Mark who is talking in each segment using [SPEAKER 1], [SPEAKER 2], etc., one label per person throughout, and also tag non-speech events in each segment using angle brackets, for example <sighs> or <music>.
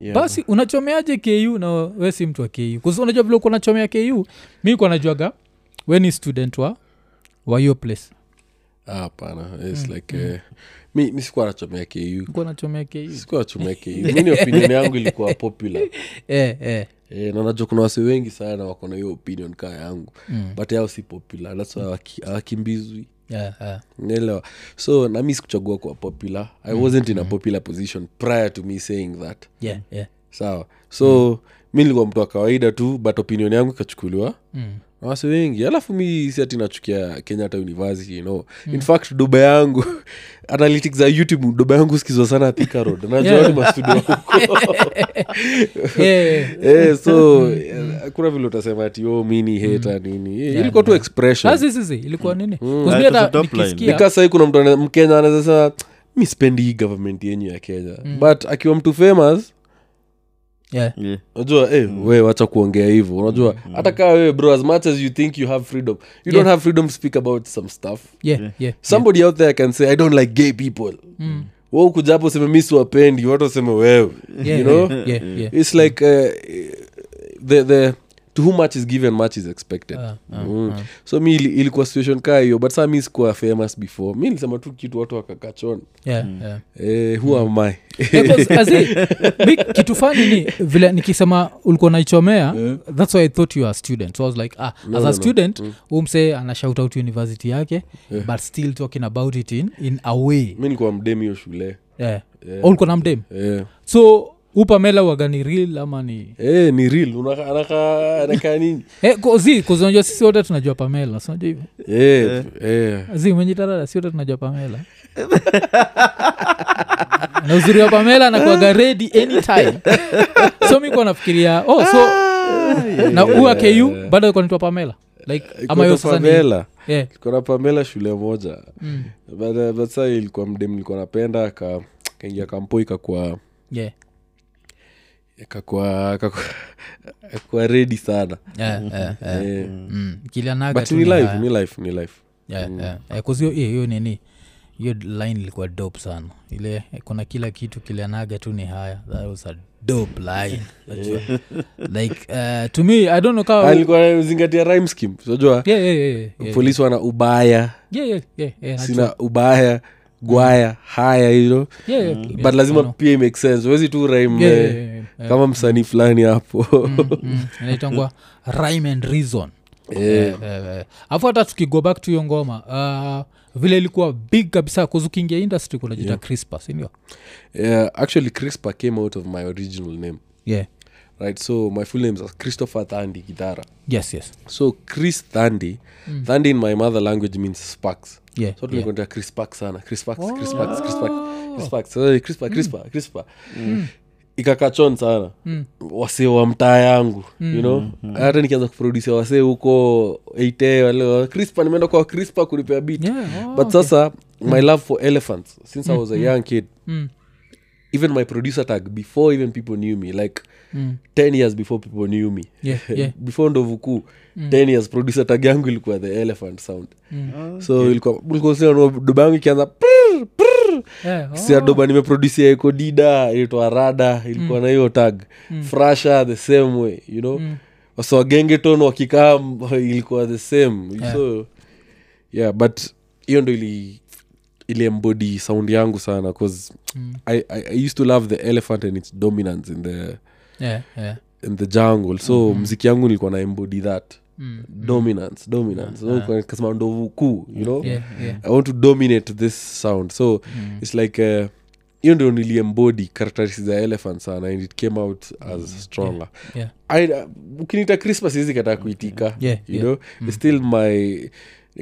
[SPEAKER 1] Yeah.
[SPEAKER 2] basi unachomeaje ku na we si mtu wa ku Kwa sababu unajua vile uko nachomea ku mi kwa najuaga we ni student wa wa hiyo place
[SPEAKER 1] Ah, hapana its like eh, mi mi sikuwa nachomea ku
[SPEAKER 2] Ulikuwa unachomea ku
[SPEAKER 1] sikuwa nachomea ku <laughs> mi ni opinion yangu ilikuwa popular
[SPEAKER 2] eh, eh.
[SPEAKER 1] Eh, na najua kuna wase wengi sana wako na hiyo opinion kaa yangu mm. but yao si popular thats why hawaki- hawakimbizwi
[SPEAKER 2] Yeah, yeah.
[SPEAKER 1] naelewa so nami sikuchagua kuwa popular i wasn't in a popular position prior to me saying that
[SPEAKER 2] Yeah, yeah.
[SPEAKER 1] sawa so mm. mi nilikuwa mtu wa kawaida tu but opinion yangu ikachukuliwa
[SPEAKER 2] Mm.
[SPEAKER 1] na wase wengi alafu mi si ati nachukia kenyatta university you know in fact doba yangu <laughs> analytics za youtube doba yangu husikizwa sana Thika road najua ni mastudio huko
[SPEAKER 2] Eh,
[SPEAKER 1] Eh, so eh, hakuna vile utasema ati oh, mi ni heta nini Eh, ilikuwa tu expression
[SPEAKER 2] sasa sisi ilikuwa nini
[SPEAKER 3] Ah, it was a
[SPEAKER 2] kuzmihata
[SPEAKER 3] top line.
[SPEAKER 2] nikisikia
[SPEAKER 1] nikaa sahii kuna mtu ana- mkenya anaweza sema mi sipendi hii government yenyu ya kenya but akiwa mtu famous
[SPEAKER 2] Yeah.
[SPEAKER 3] Yeah.
[SPEAKER 1] unajua eh, we wacha kuongea hivyo unajua hata kaa wewe bro as much as you think you have freedom you
[SPEAKER 2] Yeah.
[SPEAKER 1] don't have freedom to speak about some stuff
[SPEAKER 2] Yeah, yeah.
[SPEAKER 1] somebody out there can say i don't like gay people
[SPEAKER 2] Mm.
[SPEAKER 1] wa ukuja hapo useme mi siwapendi watu waseme wewe
[SPEAKER 2] Yeah,
[SPEAKER 1] you know
[SPEAKER 2] yeah,
[SPEAKER 1] <laughs>
[SPEAKER 2] yeah, yeah.
[SPEAKER 1] its like uh, the, the to who much is given much is expected
[SPEAKER 2] Ah, ah,
[SPEAKER 1] Mm. so mi ili- ilikuwa situation kaa hiyo but saa mi sikuwa famous before mi nilisema tu kitu watu wakakachona
[SPEAKER 2] yeah, yeah.
[SPEAKER 1] eh, who am I?
[SPEAKER 2] Eh,
[SPEAKER 1] <laughs>
[SPEAKER 2] 'cause, as in, mi kitu fani ni vile nikisema ulikuwa naichomea thats why i thought you are a student so i was like ah, as
[SPEAKER 1] Eh. no, Mm.
[SPEAKER 2] a
[SPEAKER 1] no.
[SPEAKER 2] student umse ana shout out university yake
[SPEAKER 1] Eh.
[SPEAKER 2] but still talking about it in, in a way
[SPEAKER 1] mi nilikuwa mdemi hiyo shule
[SPEAKER 2] yeah. Au ulikuwa na mdem
[SPEAKER 1] eh.
[SPEAKER 2] so upamela waga ni real ama ni
[SPEAKER 1] Eh, ni real Unaka- anaka- anakaa
[SPEAKER 2] <laughs>
[SPEAKER 1] nini
[SPEAKER 2] eh, kozi kuzunajua sisi wote tunajua pamela sinajua hivyo
[SPEAKER 1] Eh, eh.
[SPEAKER 2] zi mwenye tarara si wote tunajua pamela na uzuri wa pamela nakuaga redi anytime so mi kuwa nafikiria oh so na ua ku bado kwanitwa pamela like
[SPEAKER 1] Nilikuwa
[SPEAKER 2] ama hiyo
[SPEAKER 1] na
[SPEAKER 2] sasa ni-
[SPEAKER 1] Pamela.
[SPEAKER 2] yeah.
[SPEAKER 1] Nilikuwa na pamela shule moja
[SPEAKER 2] Mm.
[SPEAKER 1] But, uh, but saa ilikuwa mdem nilikuwa napenda ka- kaingia kampo ikakuwa
[SPEAKER 2] yeah.
[SPEAKER 1] ikakuwa ikakuwa- ikakuwa redi sana
[SPEAKER 2] yeah, yeah, yeah.
[SPEAKER 1] Eh.
[SPEAKER 2] Mm. Kilianaga
[SPEAKER 1] but
[SPEAKER 2] tu
[SPEAKER 1] ni
[SPEAKER 2] ni
[SPEAKER 1] life
[SPEAKER 2] haya.
[SPEAKER 1] ni life ni life
[SPEAKER 2] Yeah, yeah. Eh, 'cause hiyo- hiyo hiyo nini hiyo line ilikuwa dope sana ile eh, kuna kila kitu kilianaga tu ni haya that was a dope
[SPEAKER 1] <laughs>
[SPEAKER 2] line Unajua? like uh, to me i don't know
[SPEAKER 1] Ah,
[SPEAKER 2] kaa
[SPEAKER 1] nilikuwa nazingatia rhyme scheme unajua
[SPEAKER 2] yeah, yeah, yeah, yeah, yeah.
[SPEAKER 1] polisi wana ubaya
[SPEAKER 2] Yeah, yeah, yeah, yeah,
[SPEAKER 1] sina ubaya gwaya haya hilo
[SPEAKER 2] najua. Yeah, yeah, yeah,
[SPEAKER 1] Mm. but lazima
[SPEAKER 2] I know.
[SPEAKER 1] pia make sense wezi tu rhyme
[SPEAKER 2] Yeah,
[SPEAKER 1] eh,
[SPEAKER 2] yeah, yeah, yeah.
[SPEAKER 1] kama msanii fulani hapo
[SPEAKER 2] Mm, inaitangwa rhyme and reason Eh, eh, afu hata tukigo back to hiyo ngoma uh, vile ilikuwa big kabisa kuzukiingia industry kunajita yeah. crispa sindio
[SPEAKER 1] <laughs> yeah, actually crispa came out of my original name
[SPEAKER 2] yeah.
[SPEAKER 1] right so my full name is christopher thandi gitara
[SPEAKER 2] yes yes
[SPEAKER 1] so chris thandi mm. thandi in my mother language means sparks
[SPEAKER 2] Hmm. Yeah, Oh.
[SPEAKER 1] so tulikonta yeah. crispak sana crispak crispak crispak crispak so crispa
[SPEAKER 2] Hmm.
[SPEAKER 1] crispa crispa ikakachon sana mm. wasee wa mtaa yangu mm.
[SPEAKER 2] Hmm.
[SPEAKER 1] you know hata nikianza kuprodusia wasee huko eite wale crispa nimeenda kwa crispa kunipea bit
[SPEAKER 2] Yeah, oh, Hmm.
[SPEAKER 1] but sasa my love for elephants since i was a young kid
[SPEAKER 2] Mm.
[SPEAKER 1] even my producer tag before even people knew me like mm. 10 years before people knew me <laughs>
[SPEAKER 2] Yeah, yeah.
[SPEAKER 1] before ndovukuu mm. 10 years producer tag yangu ilikuwa the elephant sound mm. so ilikuwa ulikuwa usiona doba yangu ikianza prr, prr.
[SPEAKER 2] yeah, oh.
[SPEAKER 1] sia doba nimeproducia iko dida ilitoa rada ilikuwa na hiyo tag frasha the same way you know mm. wasowagengeton wakikaa m- <laughs> ilikuwa the same so yeah but hiyo ndo ili iliembody sound yangu sana bcause
[SPEAKER 2] mm.
[SPEAKER 1] I, I, i used to love the elephant and its dominance in the
[SPEAKER 2] yeah, yeah.
[SPEAKER 1] in the jungle so mziki yangu nilikuwa na embody that
[SPEAKER 2] Mm.
[SPEAKER 1] dominance dominance So, kwa- kasema ndovu kuu you know
[SPEAKER 2] Yeah, Mm. yeah.
[SPEAKER 1] i want to dominate this sound so it's like uh, hiyo ndio niliembody characteristics za elephant sana and it came out as stronger
[SPEAKER 2] yeah.
[SPEAKER 1] I- uh, ukiniita christmas hizi kataa kuitika
[SPEAKER 2] Yeah,
[SPEAKER 1] you
[SPEAKER 2] Mm. yeah.
[SPEAKER 1] know it's still my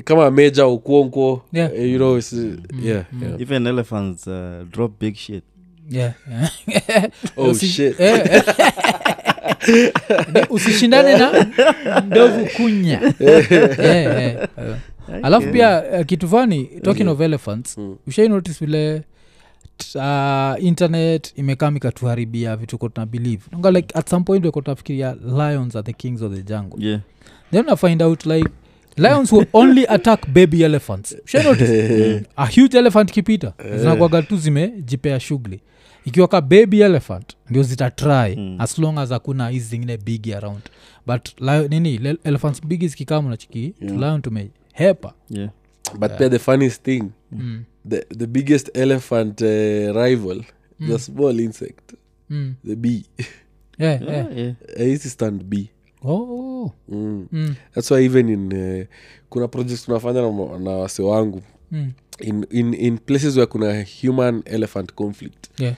[SPEAKER 1] kama meja ukuonko
[SPEAKER 2] Yeah. Mm.
[SPEAKER 1] eh, you know it's, uh, yeah, yeah.
[SPEAKER 3] even elephants uh, drop big shit
[SPEAKER 2] Yeah, yeah.
[SPEAKER 1] oh
[SPEAKER 2] Usi-
[SPEAKER 1] shit
[SPEAKER 2] eh, eh.
[SPEAKER 1] <laughs>
[SPEAKER 2] Ni usishindane na ndovu kunya Eh, eh, eh. alafu pia eh, kitu fani
[SPEAKER 1] Mm.
[SPEAKER 2] talking of elephants ushai notice vile t- uh, internet imekam ikatuharibia vitu ko tuna believe Naonga like at some point weko tunafikiria lions are the kings of the jungle
[SPEAKER 3] yeah
[SPEAKER 2] then i find out like lions will only attack baby elephants Ushai notice? a huge elephant kipita zinakuaga tu zimejipea shughuli ikiwa ka baby elephant ndio zitatry mm. as long as hakuna hizi zingine big around but lion, nini le- elephants big zikikaa mnachiki yeah. lion tumehepa
[SPEAKER 3] yeah
[SPEAKER 1] but pia the funniest thing
[SPEAKER 2] Mm.
[SPEAKER 1] the, the biggest elephant uh, rival the small insect
[SPEAKER 2] mm.
[SPEAKER 1] the bee
[SPEAKER 2] yeah, yeah.
[SPEAKER 3] Oh, yeah, yeah.
[SPEAKER 1] aisi stand b
[SPEAKER 2] Eh, Oh, oh.
[SPEAKER 1] mm.
[SPEAKER 2] Mm,
[SPEAKER 1] thats why even in uh, kuna projects tunafanya na, ma- na wase wangu
[SPEAKER 2] mm.
[SPEAKER 1] in, in, in places where kuna human elephant conflict
[SPEAKER 2] Yeah.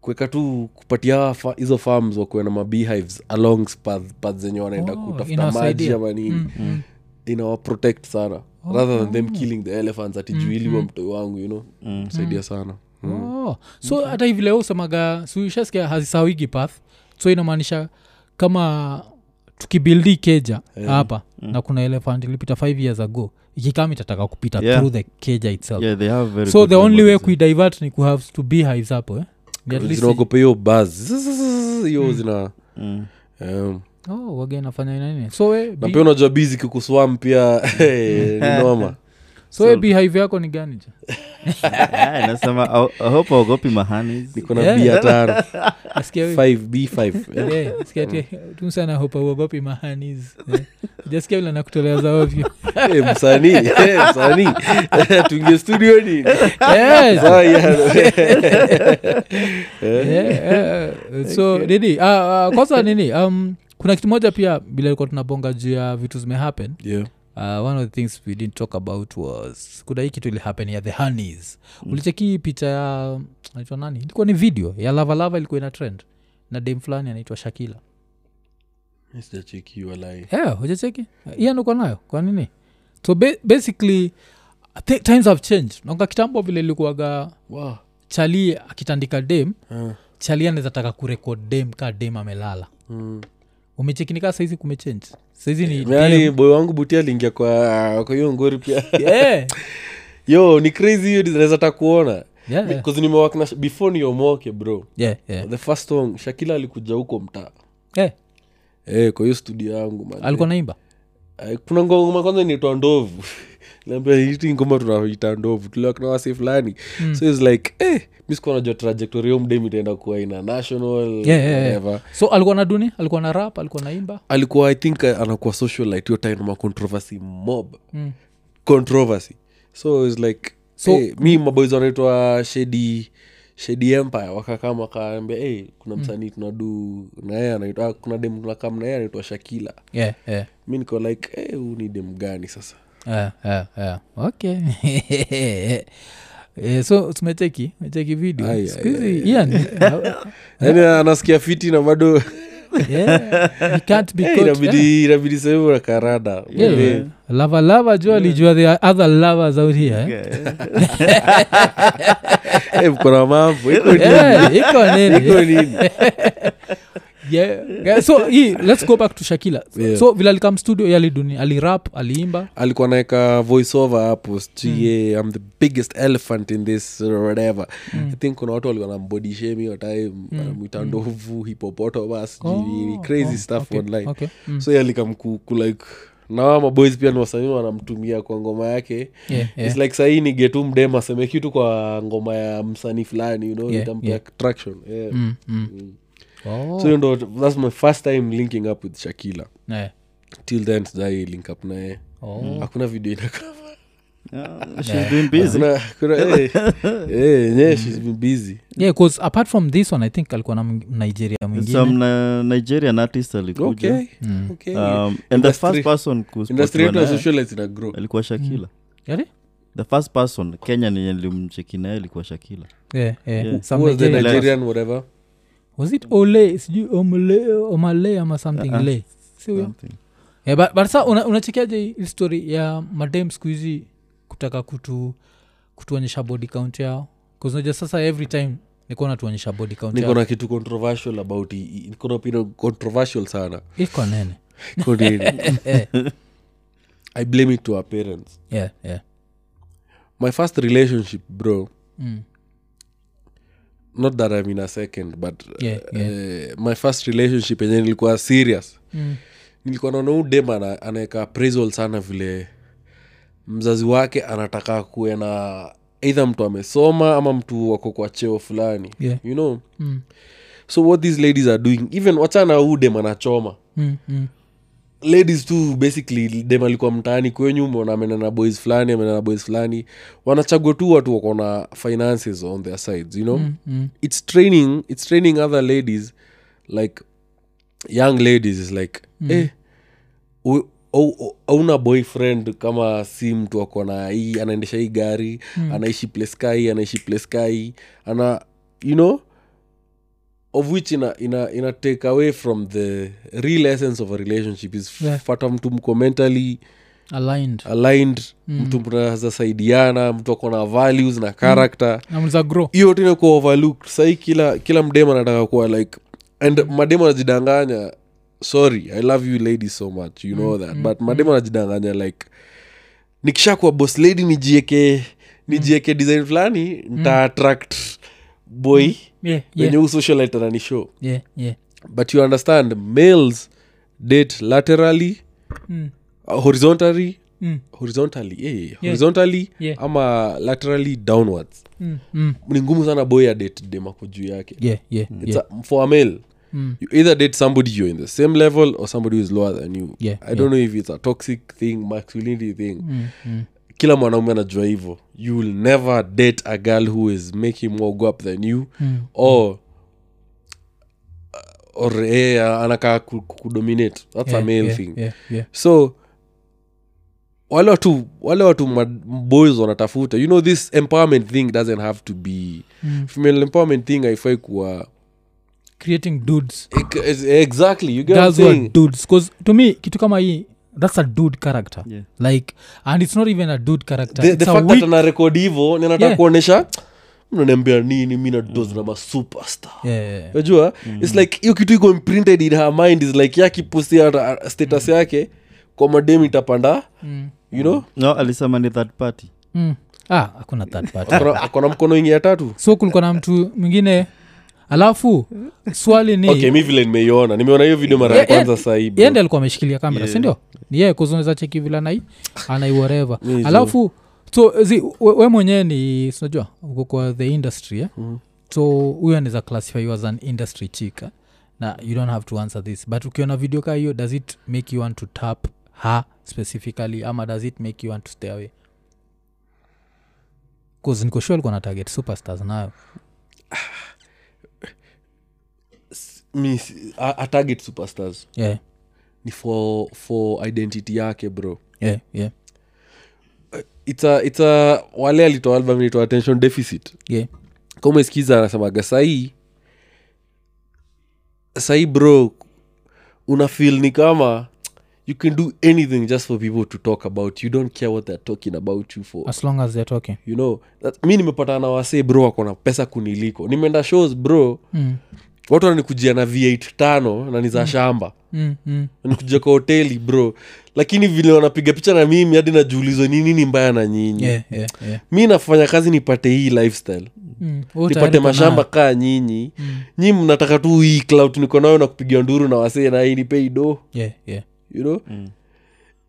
[SPEAKER 1] kuweka tu kupatia fa- hizo farms wakuwe na mabeehives along path, path zenye wanaenda
[SPEAKER 2] Oh,
[SPEAKER 1] kutafuta maji
[SPEAKER 2] inawasaidia.
[SPEAKER 1] ama nini
[SPEAKER 2] Mm, mm. Oh.
[SPEAKER 1] inawaprotect sana rather than them killing the elephants
[SPEAKER 2] Mm,
[SPEAKER 1] atijuiliwa mm-hmm. mtoi wangu you know
[SPEAKER 3] Mm.
[SPEAKER 1] saidia sana
[SPEAKER 2] Oh. so hata hivi leo usemaga suishaskia hazisawigi path so inamaanisha kama tukibildi keja
[SPEAKER 3] Eh.
[SPEAKER 2] hapa na kuna elephant ilipita 5 years ago ikikama itataka kupita
[SPEAKER 3] Yeah.
[SPEAKER 2] through the keja itself
[SPEAKER 3] yeah they have very
[SPEAKER 2] so
[SPEAKER 3] good
[SPEAKER 2] the only way
[SPEAKER 3] memories.
[SPEAKER 2] kuidivert ni kuhave to be hives hapo eh? Ni at least-
[SPEAKER 1] zinaogopa hiyo buzz Zzzz, hiyo zina
[SPEAKER 3] Mm.
[SPEAKER 1] um,
[SPEAKER 2] Oh, wage nafanya nini so we,
[SPEAKER 1] na
[SPEAKER 2] bi,
[SPEAKER 1] pia unajua bizi kikuswam pia <laughs> ni noma
[SPEAKER 2] so we beehive yako ni gani
[SPEAKER 3] <laughs>
[SPEAKER 2] ja
[SPEAKER 3] Ah, nasema I, I hope aogopi mahanis
[SPEAKER 1] niko na
[SPEAKER 2] Yeah.
[SPEAKER 1] b
[SPEAKER 2] <laughs>
[SPEAKER 1] hatano
[SPEAKER 2] Nasikia we-
[SPEAKER 1] 5b5
[SPEAKER 2] <laughs> Eh, sikia ati,
[SPEAKER 3] Mm.
[SPEAKER 2] tu sana hopa uogopi mahaniz Eh,
[SPEAKER 3] <laughs>
[SPEAKER 2] hujasikia vile nakutolea za ovyo
[SPEAKER 1] msanii eh, msanii <laughs> tuingie studioni
[SPEAKER 2] <laughs> Yes.
[SPEAKER 1] Sawa, yeah.
[SPEAKER 2] <laughs> Yeah, yeah. Eh, so nini ah, ah, kwanza nini um, kuna kitu moja pia bila ilikuwa tunabonga juu ya vitu zimehappen
[SPEAKER 1] Yeah.
[SPEAKER 2] uh, one of the things we didn't talk about was kuna hii kitu ilihappen ya the honeys ulicheki hii picha ya um, anaitwa nani ilikuwa ni video ya lavalava ilikuwa ina trend na dem fulani anaitwa shakila
[SPEAKER 1] Sijacheki, walai.
[SPEAKER 2] yeah, hujacheki hiyo ndio uko nayo kwa nini so ba- basically th- times have changed naonga kitambo vile ilikuwaga
[SPEAKER 1] Wow.
[SPEAKER 2] chali akitandika dem
[SPEAKER 1] Ah.
[SPEAKER 2] chali anaweza taka kurekod dem ka dem amelala
[SPEAKER 1] Mm.
[SPEAKER 2] umechekinika saizi kumechange saizi ni
[SPEAKER 1] yaani <laughs>
[SPEAKER 2] DM.
[SPEAKER 1] boy wangu buti aliingia kwa kwa hiyo ngori pia
[SPEAKER 2] Eh, Yeah,
[SPEAKER 1] yo ni crazy hiyo zinaweza ta kuona
[SPEAKER 2] yeah, yeah,
[SPEAKER 1] bcause nimewak na before niomoke bro
[SPEAKER 2] yeah, yeah.
[SPEAKER 1] the first song shakila alikuja huko mtaa
[SPEAKER 2] Eh,
[SPEAKER 1] Eh, kwa hiyo studio yangu man.
[SPEAKER 2] alikuwa naimba
[SPEAKER 1] Eh, kuna ngoma kwanza inaitwa ndovu <laughs> naambia hiti ngoma tunaita ndovu tuliwakna wasi fulani
[SPEAKER 2] Hmm.
[SPEAKER 1] so its like eh, misikuwa najua trajectory yo mdem itaenda kuwa ina national
[SPEAKER 2] Yeah, yeah, yeah.
[SPEAKER 1] whatever.
[SPEAKER 2] so alikuwa na duni alikuwa na rap alikuwa naimba
[SPEAKER 1] alikuwa i think eh, anakuwa socialite hiyo time na macontroversy mob controversy so its like
[SPEAKER 2] Hmm. So-
[SPEAKER 1] eh, mi maboys wanaitwa shedi shedi empire wakakama wakaambia hey, kuna
[SPEAKER 2] Hmm.
[SPEAKER 1] msanii tunadu naye anaitwa ah, kuna dem tunakam naye anaitwa shakila
[SPEAKER 2] yeah, yeah.
[SPEAKER 1] mi niko like hey, huu ni dem gani sasa
[SPEAKER 2] Yeah, yeah, yeah. okay <laughs> Eh, so tumecheki mecheki video
[SPEAKER 1] Ai, ai,
[SPEAKER 2] skuhizi ian
[SPEAKER 1] yani Yaani anasikia fiti na bado
[SPEAKER 2] <laughs>
[SPEAKER 1] <laughs>
[SPEAKER 2] yeah, he can't be
[SPEAKER 1] Eh,
[SPEAKER 2] caught, yeah.
[SPEAKER 1] inabidi inabidi sehemu na karada
[SPEAKER 2] Yeah,
[SPEAKER 1] Eh,
[SPEAKER 2] lava lava jua alijua the other lovers out here eh?
[SPEAKER 3] Yeah.
[SPEAKER 1] eh, mko na mambo iko ni-
[SPEAKER 2] Yeah, iko nini
[SPEAKER 1] iko nini
[SPEAKER 2] <laughs> yeah. Yeah, so hii let's go back to shakila so,
[SPEAKER 1] Yeah.
[SPEAKER 2] so vile alikam studio yaliduni alirap aliimba
[SPEAKER 1] alikuwa naeka voiceover hapo
[SPEAKER 2] Hmm.
[SPEAKER 1] sijui mm. i'm the biggest elephant in this uh, whatever
[SPEAKER 2] Hmm.
[SPEAKER 1] i think kuna watu walikuwa na body shame hiyo time anamwita ndovu hipopotamus sijui nini, crazy stuff
[SPEAKER 2] Oh, okay,
[SPEAKER 1] online
[SPEAKER 2] okay. Mm.
[SPEAKER 1] so yalikamkulike nawa maboys pia ni wasanii wanamtumia kwa ngoma yake
[SPEAKER 2] Yeah, yeah.
[SPEAKER 1] It's like sahii ni getu mdem aseme kitu kwa ngoma ya msanii fulani you know,
[SPEAKER 2] Yeah,
[SPEAKER 1] itampea
[SPEAKER 2] yeah.
[SPEAKER 1] traction yeah.
[SPEAKER 2] Mm, mm. Oh,
[SPEAKER 1] so hiyo ndo thats my first time linking up with shakila
[SPEAKER 2] yeah.
[SPEAKER 1] till then sijai link up naye
[SPEAKER 2] Oh.
[SPEAKER 1] hakuna video inakaa
[SPEAKER 3] <laughs> Yeah, she's been busy
[SPEAKER 1] kuna kuna eh, <laughs> eh, yeah, she's been busy
[SPEAKER 2] Yeah, 'cause apart from this one i think alikuwa na m- nigeria
[SPEAKER 3] some
[SPEAKER 2] mwingine Mm.
[SPEAKER 3] na, nigerian artist alikuja
[SPEAKER 1] okay okay
[SPEAKER 3] um, and the
[SPEAKER 1] Industry-
[SPEAKER 3] first person kuspot
[SPEAKER 1] industry yetu ya
[SPEAKER 3] naye
[SPEAKER 1] socialite ina grow
[SPEAKER 3] eh, alikuwa shakila
[SPEAKER 2] Yale?
[SPEAKER 3] the first person kenya nenye nilimcheki naye alikuwa shakila
[SPEAKER 2] Yeah, yeah.
[SPEAKER 3] Yeah.
[SPEAKER 2] Some
[SPEAKER 1] Who was the
[SPEAKER 2] Nigerian-
[SPEAKER 3] Nigeria-
[SPEAKER 1] nigerian whatever
[SPEAKER 2] was it ole sijui omle omale ama something
[SPEAKER 1] Uh-huh.
[SPEAKER 3] Uh-uh.
[SPEAKER 2] le si huyo
[SPEAKER 3] Something.
[SPEAKER 2] yeah, but, but sa Eh, una- unachekiaje hii- hii story ya madem siku hizi kutaka kutu kutuonyesha body count yao kuznaja sasa every time nikuwa natuonyesha body count
[SPEAKER 1] niko
[SPEAKER 2] yao
[SPEAKER 1] na kitu controversial about i- i- niko na opinion controversial <laughs> sana
[SPEAKER 2] iko nene
[SPEAKER 1] Iko <laughs> nini?
[SPEAKER 2] Eh,
[SPEAKER 1] i blame it to our parents
[SPEAKER 2] yeah, yeah.
[SPEAKER 1] my first relationship bro
[SPEAKER 2] Mm.
[SPEAKER 1] not that i'm in a second but
[SPEAKER 2] Yeah,
[SPEAKER 1] eh, my first relationship yenye nilikuwa serious
[SPEAKER 2] Mm.
[SPEAKER 1] nilikuwa naona huu dem ana- anaweka appraisal sana vile mzazi wake anataka kuwe na either mtu amesoma ama mtu wako kwa cheo fulani
[SPEAKER 2] Yeah.
[SPEAKER 1] you know
[SPEAKER 2] Mm,
[SPEAKER 1] so what these ladies are doing even wachana huu dem anachoma
[SPEAKER 2] mm, mm.
[SPEAKER 1] ladies tu basically dem alikuwa mtaani kwe nyumba na amenena na boys fulani amenena na boys fulani wanachagua tu watu wako na finances on their sides you know
[SPEAKER 2] Mm, mm.
[SPEAKER 1] it's training it's training other ladies like young ladies is like mm. eh, u- au- au- hauna boyfriend kama si mtu ako na hii anaendesha hii gari mm. anaishi pleskai anaishi pleskai ana you know of which ina, ina, ina take away from the real essence of a relationship is
[SPEAKER 2] Yeah.
[SPEAKER 1] yeah. fata mtu mko mentally
[SPEAKER 2] aligned
[SPEAKER 1] aligned mm. mtu mnaweza saidiana mtu ako na values na character mm
[SPEAKER 2] namza grow
[SPEAKER 1] hiyo yote inakuwa overlooked sahii kila kila mdema anataka kuwa like and madema anajidanganya sorry i love you ladies so much you know
[SPEAKER 2] Mm-hmm.
[SPEAKER 1] that but madema anajidanganya like nikishakuwa boss lady nijieke nijieke design fulani nita attract boy
[SPEAKER 2] yeah, Mm. yeah,
[SPEAKER 1] wenye huu socialite ananishow
[SPEAKER 2] yeah, yeah.
[SPEAKER 1] but you understand males date laterally
[SPEAKER 2] Mm,
[SPEAKER 1] uh, horizontally
[SPEAKER 2] mm,
[SPEAKER 1] horizontally eh, horizontally
[SPEAKER 2] Yeah.
[SPEAKER 1] ama laterally downwards
[SPEAKER 2] mm, mm.
[SPEAKER 1] ni ngumu sana boy adate demako juu yake
[SPEAKER 2] Yeah, yeah,
[SPEAKER 1] it's
[SPEAKER 2] yeah.
[SPEAKER 1] a, for a male
[SPEAKER 2] Mm.
[SPEAKER 1] you either date somebody you're in the same level or somebody who's lower than you
[SPEAKER 2] Yeah,
[SPEAKER 1] i don't know if it's a toxic thing masculinity thing
[SPEAKER 2] Mm, mm.
[SPEAKER 1] kila mwanaume anajua hivyo you will never date a girl who is making more go up than you
[SPEAKER 2] Mm.
[SPEAKER 1] or or eh, anakaa ku- ku- kudominate that's a
[SPEAKER 2] Yeah,
[SPEAKER 1] male
[SPEAKER 2] yeah,
[SPEAKER 1] thing
[SPEAKER 2] yeah, yeah.
[SPEAKER 1] so wale watu wale watu mad- boys wanatafuta you know this empowerment thing doesn't have to be
[SPEAKER 2] Mm.
[SPEAKER 1] female empowerment thing haifai kuwa
[SPEAKER 2] creating dudes
[SPEAKER 1] Ex- ex- exactly you get what I'm
[SPEAKER 2] that's what
[SPEAKER 1] saying
[SPEAKER 2] dudes cause to me kitu kama hii that's a dude character
[SPEAKER 3] Yeah.
[SPEAKER 2] like and it's not even a dude character
[SPEAKER 1] the,
[SPEAKER 2] it's
[SPEAKER 1] the
[SPEAKER 2] a
[SPEAKER 1] fact that
[SPEAKER 2] weak
[SPEAKER 1] ana rekodi hivo ninataka
[SPEAKER 2] Yeah.
[SPEAKER 1] kuonyesha mnaniambia nini mi nadoz na masuperstar
[SPEAKER 2] yeah, yeah, yeah.
[SPEAKER 1] najua its like hiyo kitu iko imprinted in her mind is like yakiposti hata uh, status yake kwa madem itapanda
[SPEAKER 2] Mm.
[SPEAKER 1] you know
[SPEAKER 3] no alisema ni third party
[SPEAKER 2] Mm. ah hakuna third party
[SPEAKER 1] Akona- akona mkono ingi ya tatu
[SPEAKER 2] <laughs> so kulikuwa na mtu mwingine alafu swali ni
[SPEAKER 1] okay mi vile nimeiona nimeona hiyo video mara ya
[SPEAKER 2] Yeah, yeah.
[SPEAKER 1] kwanza sahii
[SPEAKER 2] yeye ndiye alikuwa ameshikilia kamera sindio ni yeye kuzuneza cheki vile anai anaiwareva
[SPEAKER 1] Ni hizo.
[SPEAKER 2] alafu so zi, we, we mwenyewe ni sinajua uko kwa the industry eh?
[SPEAKER 1] Mhm.
[SPEAKER 2] so huyo anaweza classify you as an industry chika na you don't have to answer this but ukiona video kaa hiyo does it make you want to tap her specifically ama does it make you want to stay away bcause nikoshua alikuwa na target superstars nayo
[SPEAKER 1] mi si- a- a target superstars
[SPEAKER 2] yeah,
[SPEAKER 1] ni for for identity yake bro
[SPEAKER 2] yeah, yeah,
[SPEAKER 1] it's a, it's a wale alitoa album inaitwa attention deficit
[SPEAKER 2] yeah.
[SPEAKER 1] kaumesikiza anasemaga sahii sahii bro una feel ni kama you can do anything just for people to talk about you don't care what they're talking about you for
[SPEAKER 2] as long as they're talking
[SPEAKER 1] you know that, mi nimepatana na wasee bro wakona pesa kuniliko nimeenda shows bro
[SPEAKER 2] mm,
[SPEAKER 1] watu wananikujia na v8 tano na ni za shamba
[SPEAKER 2] mm, mm.
[SPEAKER 1] wananikujia kwa hoteli bro lakini vile wanapiga picha na mimi hadi najuulizwa ni nini mbaya na nyinyi
[SPEAKER 2] Yeah, yeah, yeah.
[SPEAKER 1] mi nafanya kazi nipate hii lifestyle
[SPEAKER 2] Mm, wewe tayari
[SPEAKER 1] nipate
[SPEAKER 2] uko
[SPEAKER 1] mashamba
[SPEAKER 2] nayo.
[SPEAKER 1] kaa nyinyi
[SPEAKER 2] Mm.
[SPEAKER 1] nyi mnataka tu hii clout niko nayo na kupiga nduru na wasee na hii nipei do
[SPEAKER 2] Yeah, yeah.
[SPEAKER 1] you know
[SPEAKER 2] Mm.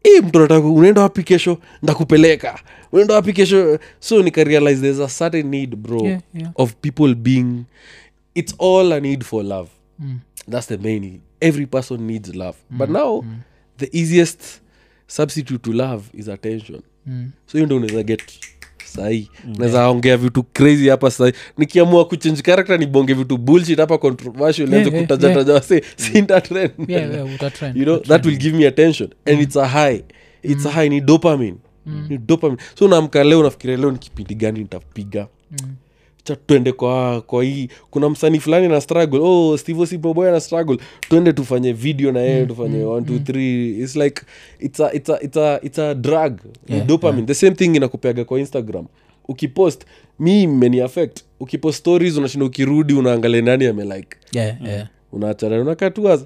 [SPEAKER 1] hii mtu anataka unaenda wapi kesho ndakupeleka unaenda wapi kesho so nikarealize there's a certain need bro
[SPEAKER 2] Yeah, yeah.
[SPEAKER 1] of people being it's all a need for love
[SPEAKER 2] Mm.
[SPEAKER 1] that's the main every person needs love but now
[SPEAKER 2] mm.
[SPEAKER 1] the easiest substitute to love is attention
[SPEAKER 2] Mm.
[SPEAKER 1] so hiyo ndo unaweza get sahii naweza ongea vitu crazy hapa sahii nikiamua kuchange character nibonge vitu bullshit hapa controversial
[SPEAKER 2] Yeah,
[SPEAKER 1] nianze
[SPEAKER 2] yeah, Mm.
[SPEAKER 1] kutajataja wase sinta trend <laughs>
[SPEAKER 2] Yeah, yeah, utatrend,
[SPEAKER 1] you know that will give me attention Mm. and it's a high it's a high ni dopamine ni dopamine so unaamka leo nafikiria leo ni kipindi gani nitapiga
[SPEAKER 2] Mm.
[SPEAKER 1] cha twende kwa kwa hii kuna msanii fulani na struggle oh steve osipoboy ana struggle twende tufanye video na yeye tufanye one two three its like it's a, it's a, it's a, it's a drug yeah, dopamine the same thing inakupeaga kwa instagram ukipost mi imeni affect ukipost stories unashinda ukirudi unaangalia nani amelike
[SPEAKER 2] Yeah, yeah.
[SPEAKER 1] unaachana unakatuaza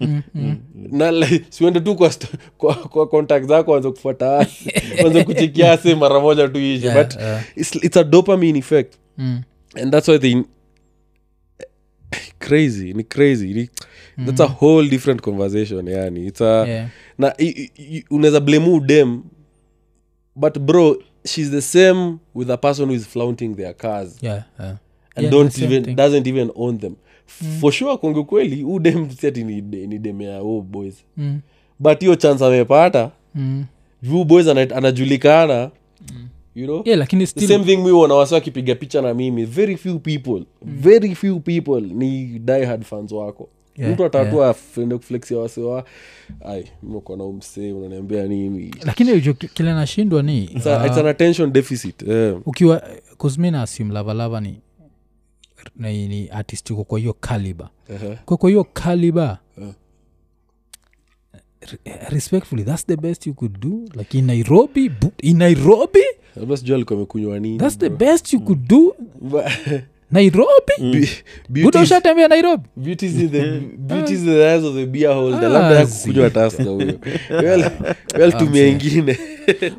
[SPEAKER 1] Mm.
[SPEAKER 2] Mm,
[SPEAKER 1] na like, siuende tu kwa, sto- kwa, kwa contact zako anze kufuata
[SPEAKER 2] <laughs>
[SPEAKER 1] asi anze kuchikia asi mara moja tu ishe
[SPEAKER 2] Yeah,
[SPEAKER 1] but
[SPEAKER 2] yeah.
[SPEAKER 1] it's, it's a dopamine effect
[SPEAKER 2] Mm.
[SPEAKER 1] and that's why they crazy ni crazy ni, that's a whole different conversation yani it's a
[SPEAKER 2] Mm. Yeah.
[SPEAKER 1] na i- i- i- unaweza blame udem but bro she's the same with a person who is flaunting their cars
[SPEAKER 2] yeah, yeah.
[SPEAKER 1] and
[SPEAKER 2] Yeah,
[SPEAKER 1] don't
[SPEAKER 2] the same
[SPEAKER 1] even
[SPEAKER 2] thing. Mm.
[SPEAKER 1] doesn't even own them for sure kwange kweli huu dem siati ni, de- ni demea oh boys
[SPEAKER 2] Mm,
[SPEAKER 1] but hiyo chance amepata
[SPEAKER 2] mm.
[SPEAKER 1] juu boys ana, anajulikana you know
[SPEAKER 2] yeah lakini
[SPEAKER 1] the
[SPEAKER 2] still
[SPEAKER 1] same thing mi uona wasi wakipiga picha na mimi very few people
[SPEAKER 2] Mm.
[SPEAKER 1] very few people ni diehard fans wako
[SPEAKER 2] Yeah,
[SPEAKER 1] mtu atatua yeah. fende kuflexia wasewa ai mkona umsee unaniambia nini
[SPEAKER 2] lakini hicho ki- kile nashindwa ni uh,
[SPEAKER 1] It's a- it's an attention deficit eh.
[SPEAKER 2] ukiwa kuzmina asim lavalava ni ni, ni artist uko kwa hiyo caliber
[SPEAKER 1] Ehe.
[SPEAKER 2] kwa kwa hiyo caliber
[SPEAKER 1] Yeah.
[SPEAKER 2] re- respectfully that's the best you could do like in nairobi bu- in nairobi
[SPEAKER 1] Labda sijui alikuwa amekunywa nini <laughs>
[SPEAKER 2] that's the
[SPEAKER 1] bro.
[SPEAKER 2] best you could do
[SPEAKER 1] Ba-
[SPEAKER 2] nairobi
[SPEAKER 1] Be- beauty
[SPEAKER 2] buda
[SPEAKER 1] is-
[SPEAKER 2] ushatembea nairobi
[SPEAKER 1] beauty is in the-
[SPEAKER 2] <laughs>
[SPEAKER 1] beauty is in the eyes of the beer holder.
[SPEAKER 2] Ah,
[SPEAKER 1] Labda
[SPEAKER 2] zi. Ah,
[SPEAKER 1] hakukunywa taska
[SPEAKER 2] <laughs>
[SPEAKER 1] huyo well, well tumia ingine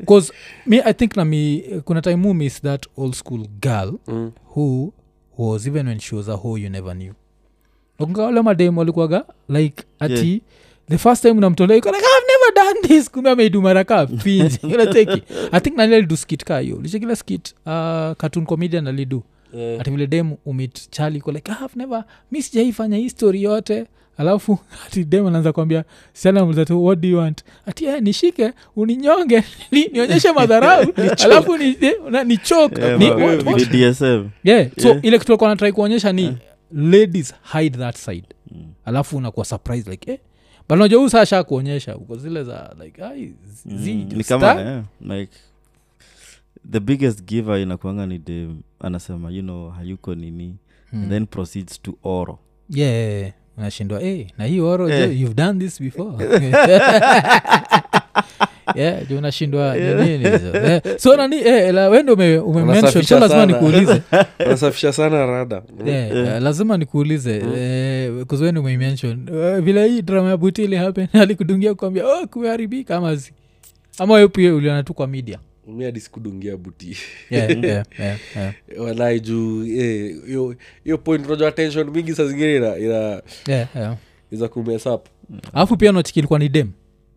[SPEAKER 2] bcause me i think nami kuna time mu miss that old school girl mm. who was even when she was a whole you never knew nakunga wale madem walikuwaga like ati yeah. the first time namtolea iko like i've never done this kumbe ameidu mara kaa <laughs> finzi unateki i think nani alidu skit kaa hiyo lichekila skit uh, cartoon comedian alidu
[SPEAKER 1] Eh.
[SPEAKER 2] ati vile dem umit chali iko like i've never mi sijaifanya hii story yote alafu <laughs> ati dem anaanza kuambia sanamzatu what do you want ati eh, nishike uninyonge <laughs> ni, nionyeshe madharau alafu <laughs> ni, na- ni choke
[SPEAKER 3] Yeah,
[SPEAKER 2] ni,
[SPEAKER 3] ma-
[SPEAKER 2] what, what?
[SPEAKER 3] Eh, ni DSM.
[SPEAKER 2] yeah. so
[SPEAKER 3] Yeah.
[SPEAKER 2] ile kitu alikuwa anatrai kuonyesha ni ladies hide that side
[SPEAKER 3] Mm.
[SPEAKER 2] alafu unakuwa surprised like eh but unajua huu saa sha kuonyesha uko zile za like ai, z-
[SPEAKER 3] Mm,
[SPEAKER 2] zi-
[SPEAKER 3] ni
[SPEAKER 2] star.
[SPEAKER 3] kama eh, like the biggest giver inakuanga ni dem anasema you know hayuko nini
[SPEAKER 2] Mm.
[SPEAKER 3] and then proceeds to oro
[SPEAKER 2] Yeah, yeah, yeah. unashindwa hey, na hii oro
[SPEAKER 3] Eh.
[SPEAKER 2] jo, you've done this
[SPEAKER 3] <laughs>
[SPEAKER 2] before <laughs> yeah, jo unashindwa ni nini hizo. Eh, so nani eh, la- wewe ndio ume- umemention
[SPEAKER 1] Unasafisha
[SPEAKER 2] so lazima
[SPEAKER 1] sana.
[SPEAKER 3] <laughs>
[SPEAKER 2] nikuulize
[SPEAKER 1] nasafisha sana rada
[SPEAKER 2] Yeah, uh, lazima nikuulize eh, kuzweni umeimention eh, vile hii drama ya buti ile happen <laughs> alikudungia kuambia oh, kumeharibika ama zi ama wewe pia uliona tu kwa media
[SPEAKER 1] mi hadi sikudungia buti
[SPEAKER 2] yeah, yeah, yeah, yeah,
[SPEAKER 1] walai juu eh, hiyo- hiyo point unajua attention mingi saa zingine ina- ina
[SPEAKER 2] yeah, yeah.
[SPEAKER 1] iza kumesap
[SPEAKER 2] alafu pia unachiki ilikuwa ni dem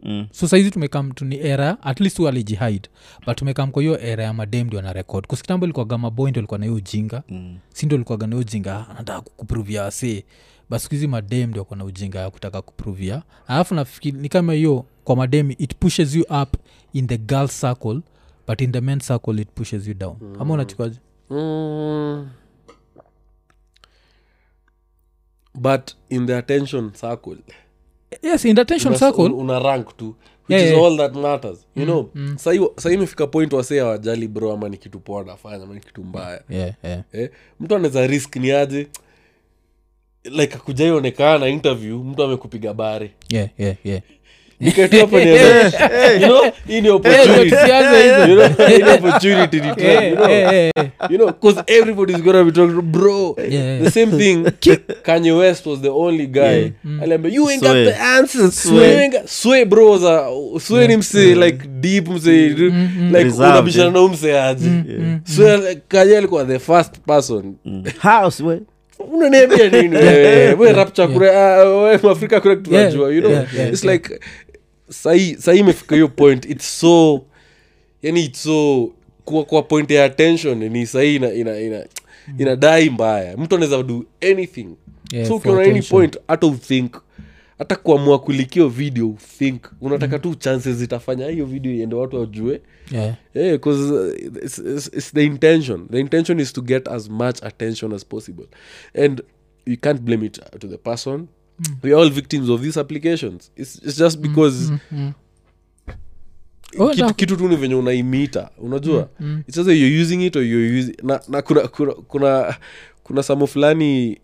[SPEAKER 3] mm.
[SPEAKER 2] so saizi tumekam tuni era at least hu alijihide but tumekam kwa hiyo era ya madem ndio ana rekod kusikitambo ilikuwa gamaboy ndio alikuwa na hiyo ujinga
[SPEAKER 3] Mm.
[SPEAKER 2] si ndio alikuwa na hiyo ujinga anataka kupruvia ase but siku hizi madem ndio kuna ujinga ya kutaka kupruvia alafu nafikiri ni kama hiyo kwa madem it pushes you up in the girl circle but in the men circle it pushes you down mm. ama unachukaje
[SPEAKER 1] mm. but in the attention circle
[SPEAKER 2] yes in the tension
[SPEAKER 1] una,
[SPEAKER 2] circle
[SPEAKER 1] una rank tu which
[SPEAKER 2] Yeah,
[SPEAKER 1] is
[SPEAKER 2] yeah. Mm,
[SPEAKER 1] all that matters you know sahii sahii imefika point wasee awajali bro ama ni kitu poa nafanya ama ni kitu mbaya
[SPEAKER 2] yeah, yeah.
[SPEAKER 1] eh, mtu anaweza risk ni aje like akujaionekana interview mtu amekupiga bare
[SPEAKER 2] Yeah, yeah,
[SPEAKER 1] <laughs>
[SPEAKER 2] yeah.
[SPEAKER 1] nikatua
[SPEAKER 2] <laughs>
[SPEAKER 1] hapo niambia, you know, hii ni
[SPEAKER 2] Eh,
[SPEAKER 1] opportunity
[SPEAKER 2] tusianze hizo. Eh,
[SPEAKER 1] You know, hii ni opportunity ni try, you
[SPEAKER 2] <laughs> Yeah,
[SPEAKER 1] know.
[SPEAKER 2] yeah, yeah, yeah.
[SPEAKER 1] you know because everybody's gonna be talking bro
[SPEAKER 2] yeah.
[SPEAKER 1] the same thing kanye west was the only guy aliambia you ain't
[SPEAKER 3] Sway.
[SPEAKER 1] got the answers you ain't got sway bro was a sway ni msee like deep msee like
[SPEAKER 3] Reserved,
[SPEAKER 1] unabishana
[SPEAKER 3] eh.
[SPEAKER 1] na umsee aje "Ah, sway like, kanye alikuwa the first person
[SPEAKER 3] Mm. House, we.
[SPEAKER 1] unaniambia nini wewe we rapture kure ah, we mwafrika kure tunajua you know
[SPEAKER 2] Yeah, yeah,
[SPEAKER 1] it's like sahi sahi imefika hiyo point it's so yani it's so kwa, kwa point ya attention ni sahi ina ina ina inadai mbaya mtu anaweza do anything
[SPEAKER 2] Mm. Yeah,
[SPEAKER 1] so
[SPEAKER 2] for
[SPEAKER 1] ukiona any
[SPEAKER 2] attention.
[SPEAKER 1] point hata uthink hata kuamua kulikio video uthink unataka tu chances zitafanya hiyo video iende watu wajue
[SPEAKER 2] Yeah.
[SPEAKER 1] yeah because uh, it's, it's, it's the intention the intention is to get as much attention as possible and you can't blame it to the person
[SPEAKER 2] Mm.
[SPEAKER 1] we're all victims of these applications it's, it's just because
[SPEAKER 2] mm. Oh, Mm,
[SPEAKER 1] kitu,
[SPEAKER 2] na-
[SPEAKER 1] kitu tu ni venye unaimita unajua it's either you're using it or you're using, na, na kuna kuna kuna, kuna samo fulani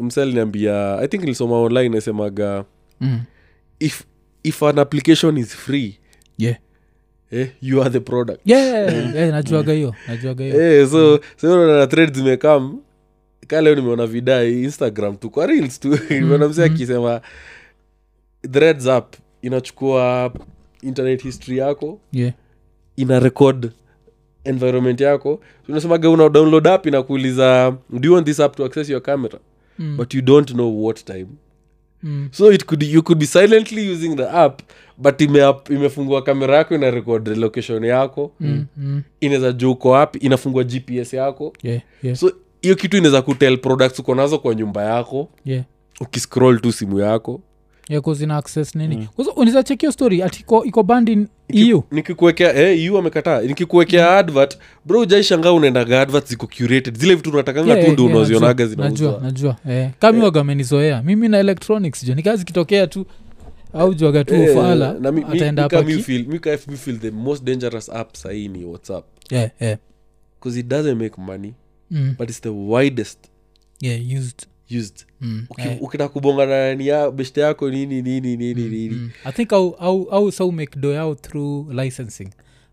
[SPEAKER 1] msa aliniambia i think nilisoma online nasemaga
[SPEAKER 2] Mm.
[SPEAKER 1] if if an application is free
[SPEAKER 2] Yeah.
[SPEAKER 1] eh, you are the product
[SPEAKER 2] Yeah, yeah, najuaga hiyo najuaga hiyo
[SPEAKER 1] Eh,
[SPEAKER 2] Mm.
[SPEAKER 1] so sona thread zimekam ka leo nimeona vidai instagram tu kwa reels tu <laughs>
[SPEAKER 2] Mm.
[SPEAKER 1] nimeona mzee akisema threads up inachukua internet history yako
[SPEAKER 2] yeah.
[SPEAKER 1] ina record environment yako unasemaga una download app inakuuliza do you want this app to access your camera
[SPEAKER 2] Mm.
[SPEAKER 1] but you don't know what time
[SPEAKER 2] Mm.
[SPEAKER 1] so it could, you could be silently using the app but ime imefungua kamera yako ina record location yako
[SPEAKER 2] Mm. Mm.
[SPEAKER 1] inaweza juu uko wapi inafungua gps yako
[SPEAKER 2] Yeah, yeah,
[SPEAKER 1] so hiyo kitu inaweza kutel products uko nazo kwa nyumba yako
[SPEAKER 2] yeah.
[SPEAKER 1] ukiscroll tu simu yako
[SPEAKER 2] Yeah, 'cause ina access nini
[SPEAKER 1] Mm.
[SPEAKER 2] Kwanza unaweza check hiyo story ati iko- iko band in eu
[SPEAKER 1] nikikuwekea eh, yu amekataa
[SPEAKER 2] Mm.
[SPEAKER 1] nikikuwekea advert bro ujaishangaa unaendaga advert ziko curated zile vitu unatakanga
[SPEAKER 2] Yeah,
[SPEAKER 1] tu ndio
[SPEAKER 2] yeah, yeah,
[SPEAKER 1] unazionaga
[SPEAKER 2] najua, najua
[SPEAKER 1] zinauzwa
[SPEAKER 2] najua eh. kami waga amenizoea mimi na electronics jo nikaa zikitokea tu au juaga tu
[SPEAKER 1] Eh,
[SPEAKER 2] ufala
[SPEAKER 1] na mi- mi-
[SPEAKER 2] ataenda
[SPEAKER 1] mi
[SPEAKER 2] hapa
[SPEAKER 1] kama you
[SPEAKER 2] ki-
[SPEAKER 1] feel- mi kama you feel the most dangerous app sahii ni whatsapp
[SPEAKER 2] yeah, yeah.
[SPEAKER 1] 'Cause it doesn't make money
[SPEAKER 2] Mm,
[SPEAKER 1] but it's the widest
[SPEAKER 2] yeah, used.
[SPEAKER 1] used
[SPEAKER 2] Mm,
[SPEAKER 1] Uki-
[SPEAKER 2] eh,
[SPEAKER 1] ukitaka kubonga na nani ya beshte yako nini nini nini nini
[SPEAKER 2] mm. i think au, au, au sau make do yao through licensing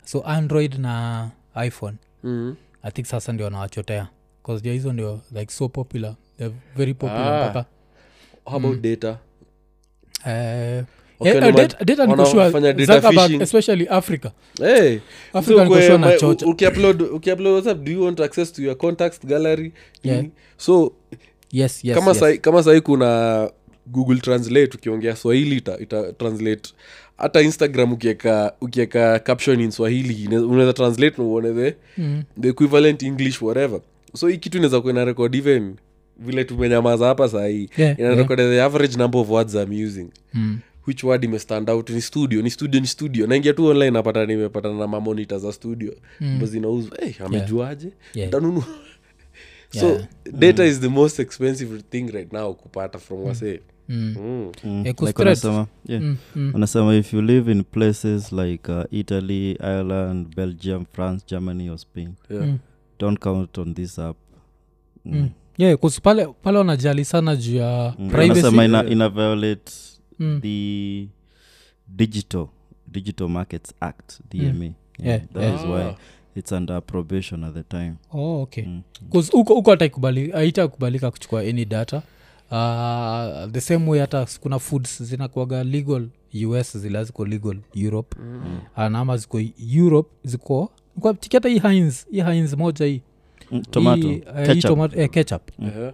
[SPEAKER 2] so android na iphone
[SPEAKER 1] Mhm.
[SPEAKER 2] i think sasa ndio wanawachotea bcause hizo ndio like so popular they're very popular
[SPEAKER 1] Ah.
[SPEAKER 2] mpaka
[SPEAKER 1] how
[SPEAKER 2] Mm.
[SPEAKER 1] about data
[SPEAKER 2] eh,
[SPEAKER 1] Wakiwa
[SPEAKER 2] eh,
[SPEAKER 1] ni ma-
[SPEAKER 2] data- data niko sure
[SPEAKER 1] wanafanya data
[SPEAKER 2] Zuckerberg,
[SPEAKER 1] phishing.
[SPEAKER 2] especially africa
[SPEAKER 1] Hey,
[SPEAKER 2] Africa
[SPEAKER 1] so
[SPEAKER 2] niko sure
[SPEAKER 1] kwe-
[SPEAKER 2] na
[SPEAKER 1] my-
[SPEAKER 2] chocha.
[SPEAKER 1] u- ukiupload ukiupload whatsapp do you want access to your contacts gallery
[SPEAKER 2] Yeah.
[SPEAKER 1] nini? so
[SPEAKER 2] yes, yes,
[SPEAKER 1] kama
[SPEAKER 2] yes.
[SPEAKER 1] sahi- kama sahii kuna google translate ukiongea swahili ita, ita translate hata instagram ukieka ukieka caption in swahili ina- unaweza translate na uone the,
[SPEAKER 2] Mm.
[SPEAKER 1] the equivalent english whatever so hii kitu inaweza kuwa ina record even vile tumenyamaza hapa sahii
[SPEAKER 2] Yeah,
[SPEAKER 1] ina
[SPEAKER 2] yeah.
[SPEAKER 1] record the average number of words i'm using
[SPEAKER 2] Mm.
[SPEAKER 1] which word imestand out ni studio ni studio ni studio naingia tu online napata nimepatana na mamonita za studio ambazo zinauzwa hey, amejuaje
[SPEAKER 2] Hmm. Yeah. Hmm.
[SPEAKER 1] tanunua so
[SPEAKER 2] Yeah.
[SPEAKER 1] data is the most expensive thing right now kupata from wase
[SPEAKER 2] Mm.
[SPEAKER 1] mm.
[SPEAKER 3] Mm,
[SPEAKER 2] Eco
[SPEAKER 3] like
[SPEAKER 2] threat.
[SPEAKER 3] wanasema- yeah.
[SPEAKER 2] Mm, mm.
[SPEAKER 3] wanasema if you live in places like uh, italy ireland belgium france germany or spain
[SPEAKER 1] Yeah.
[SPEAKER 2] Mm.
[SPEAKER 3] don't count on this app Mm.
[SPEAKER 2] Mm. yeah 'cause pale pale wanajali sana juu ya
[SPEAKER 3] Mm.
[SPEAKER 2] privacy
[SPEAKER 3] Wanasema ina, ina violate
[SPEAKER 2] Mm.
[SPEAKER 3] the digital digital markets act dma
[SPEAKER 2] Mm. Yeah,
[SPEAKER 3] that
[SPEAKER 2] yeah.
[SPEAKER 3] is
[SPEAKER 1] Ah.
[SPEAKER 3] why it's under probation at the time
[SPEAKER 2] oh, okay
[SPEAKER 3] Mm.
[SPEAKER 2] 'Cause huko huko ataikubali- haitakubalika kuchukua any data uh, the same way hata s- kuna foods zinakuaga legal us zila ziko legal europe mm. nama ziko europe ziko kwa tiki hata hii hins hii hins moja hii
[SPEAKER 3] Mm, tomato
[SPEAKER 2] hii, eh, hii
[SPEAKER 3] ketchup.
[SPEAKER 2] tomato eh, ketchup
[SPEAKER 1] Uh-huh.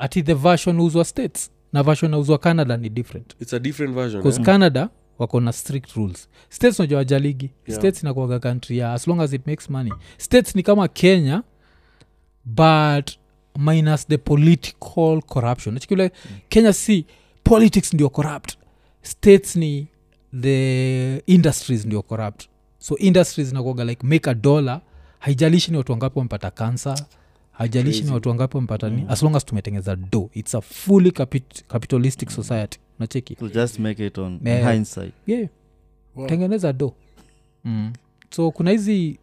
[SPEAKER 2] ati the version uzwa states na version nauzwa canada ni different
[SPEAKER 1] it's a different version
[SPEAKER 2] bcause
[SPEAKER 1] eh?
[SPEAKER 2] canada wako na strict rules states najua wajaligi yeah. states inakuaga country ya as long as it makes money states ni kama kenya but minus the political corruption nachikile kenya si politics ndio corrupt states ni the industries ndio corrupt so industries inakuaga like make a dollar haijalishi ni watu wangapi wamepata kansa haijalishi ni watu wangapi wamepata ni as long as tumetengeza do its a fully capit- capitalistic society nacheki
[SPEAKER 3] We'll just make it on
[SPEAKER 2] Yeah.
[SPEAKER 3] hindsight
[SPEAKER 2] yeah. tengeneza do mm. so kuna hizi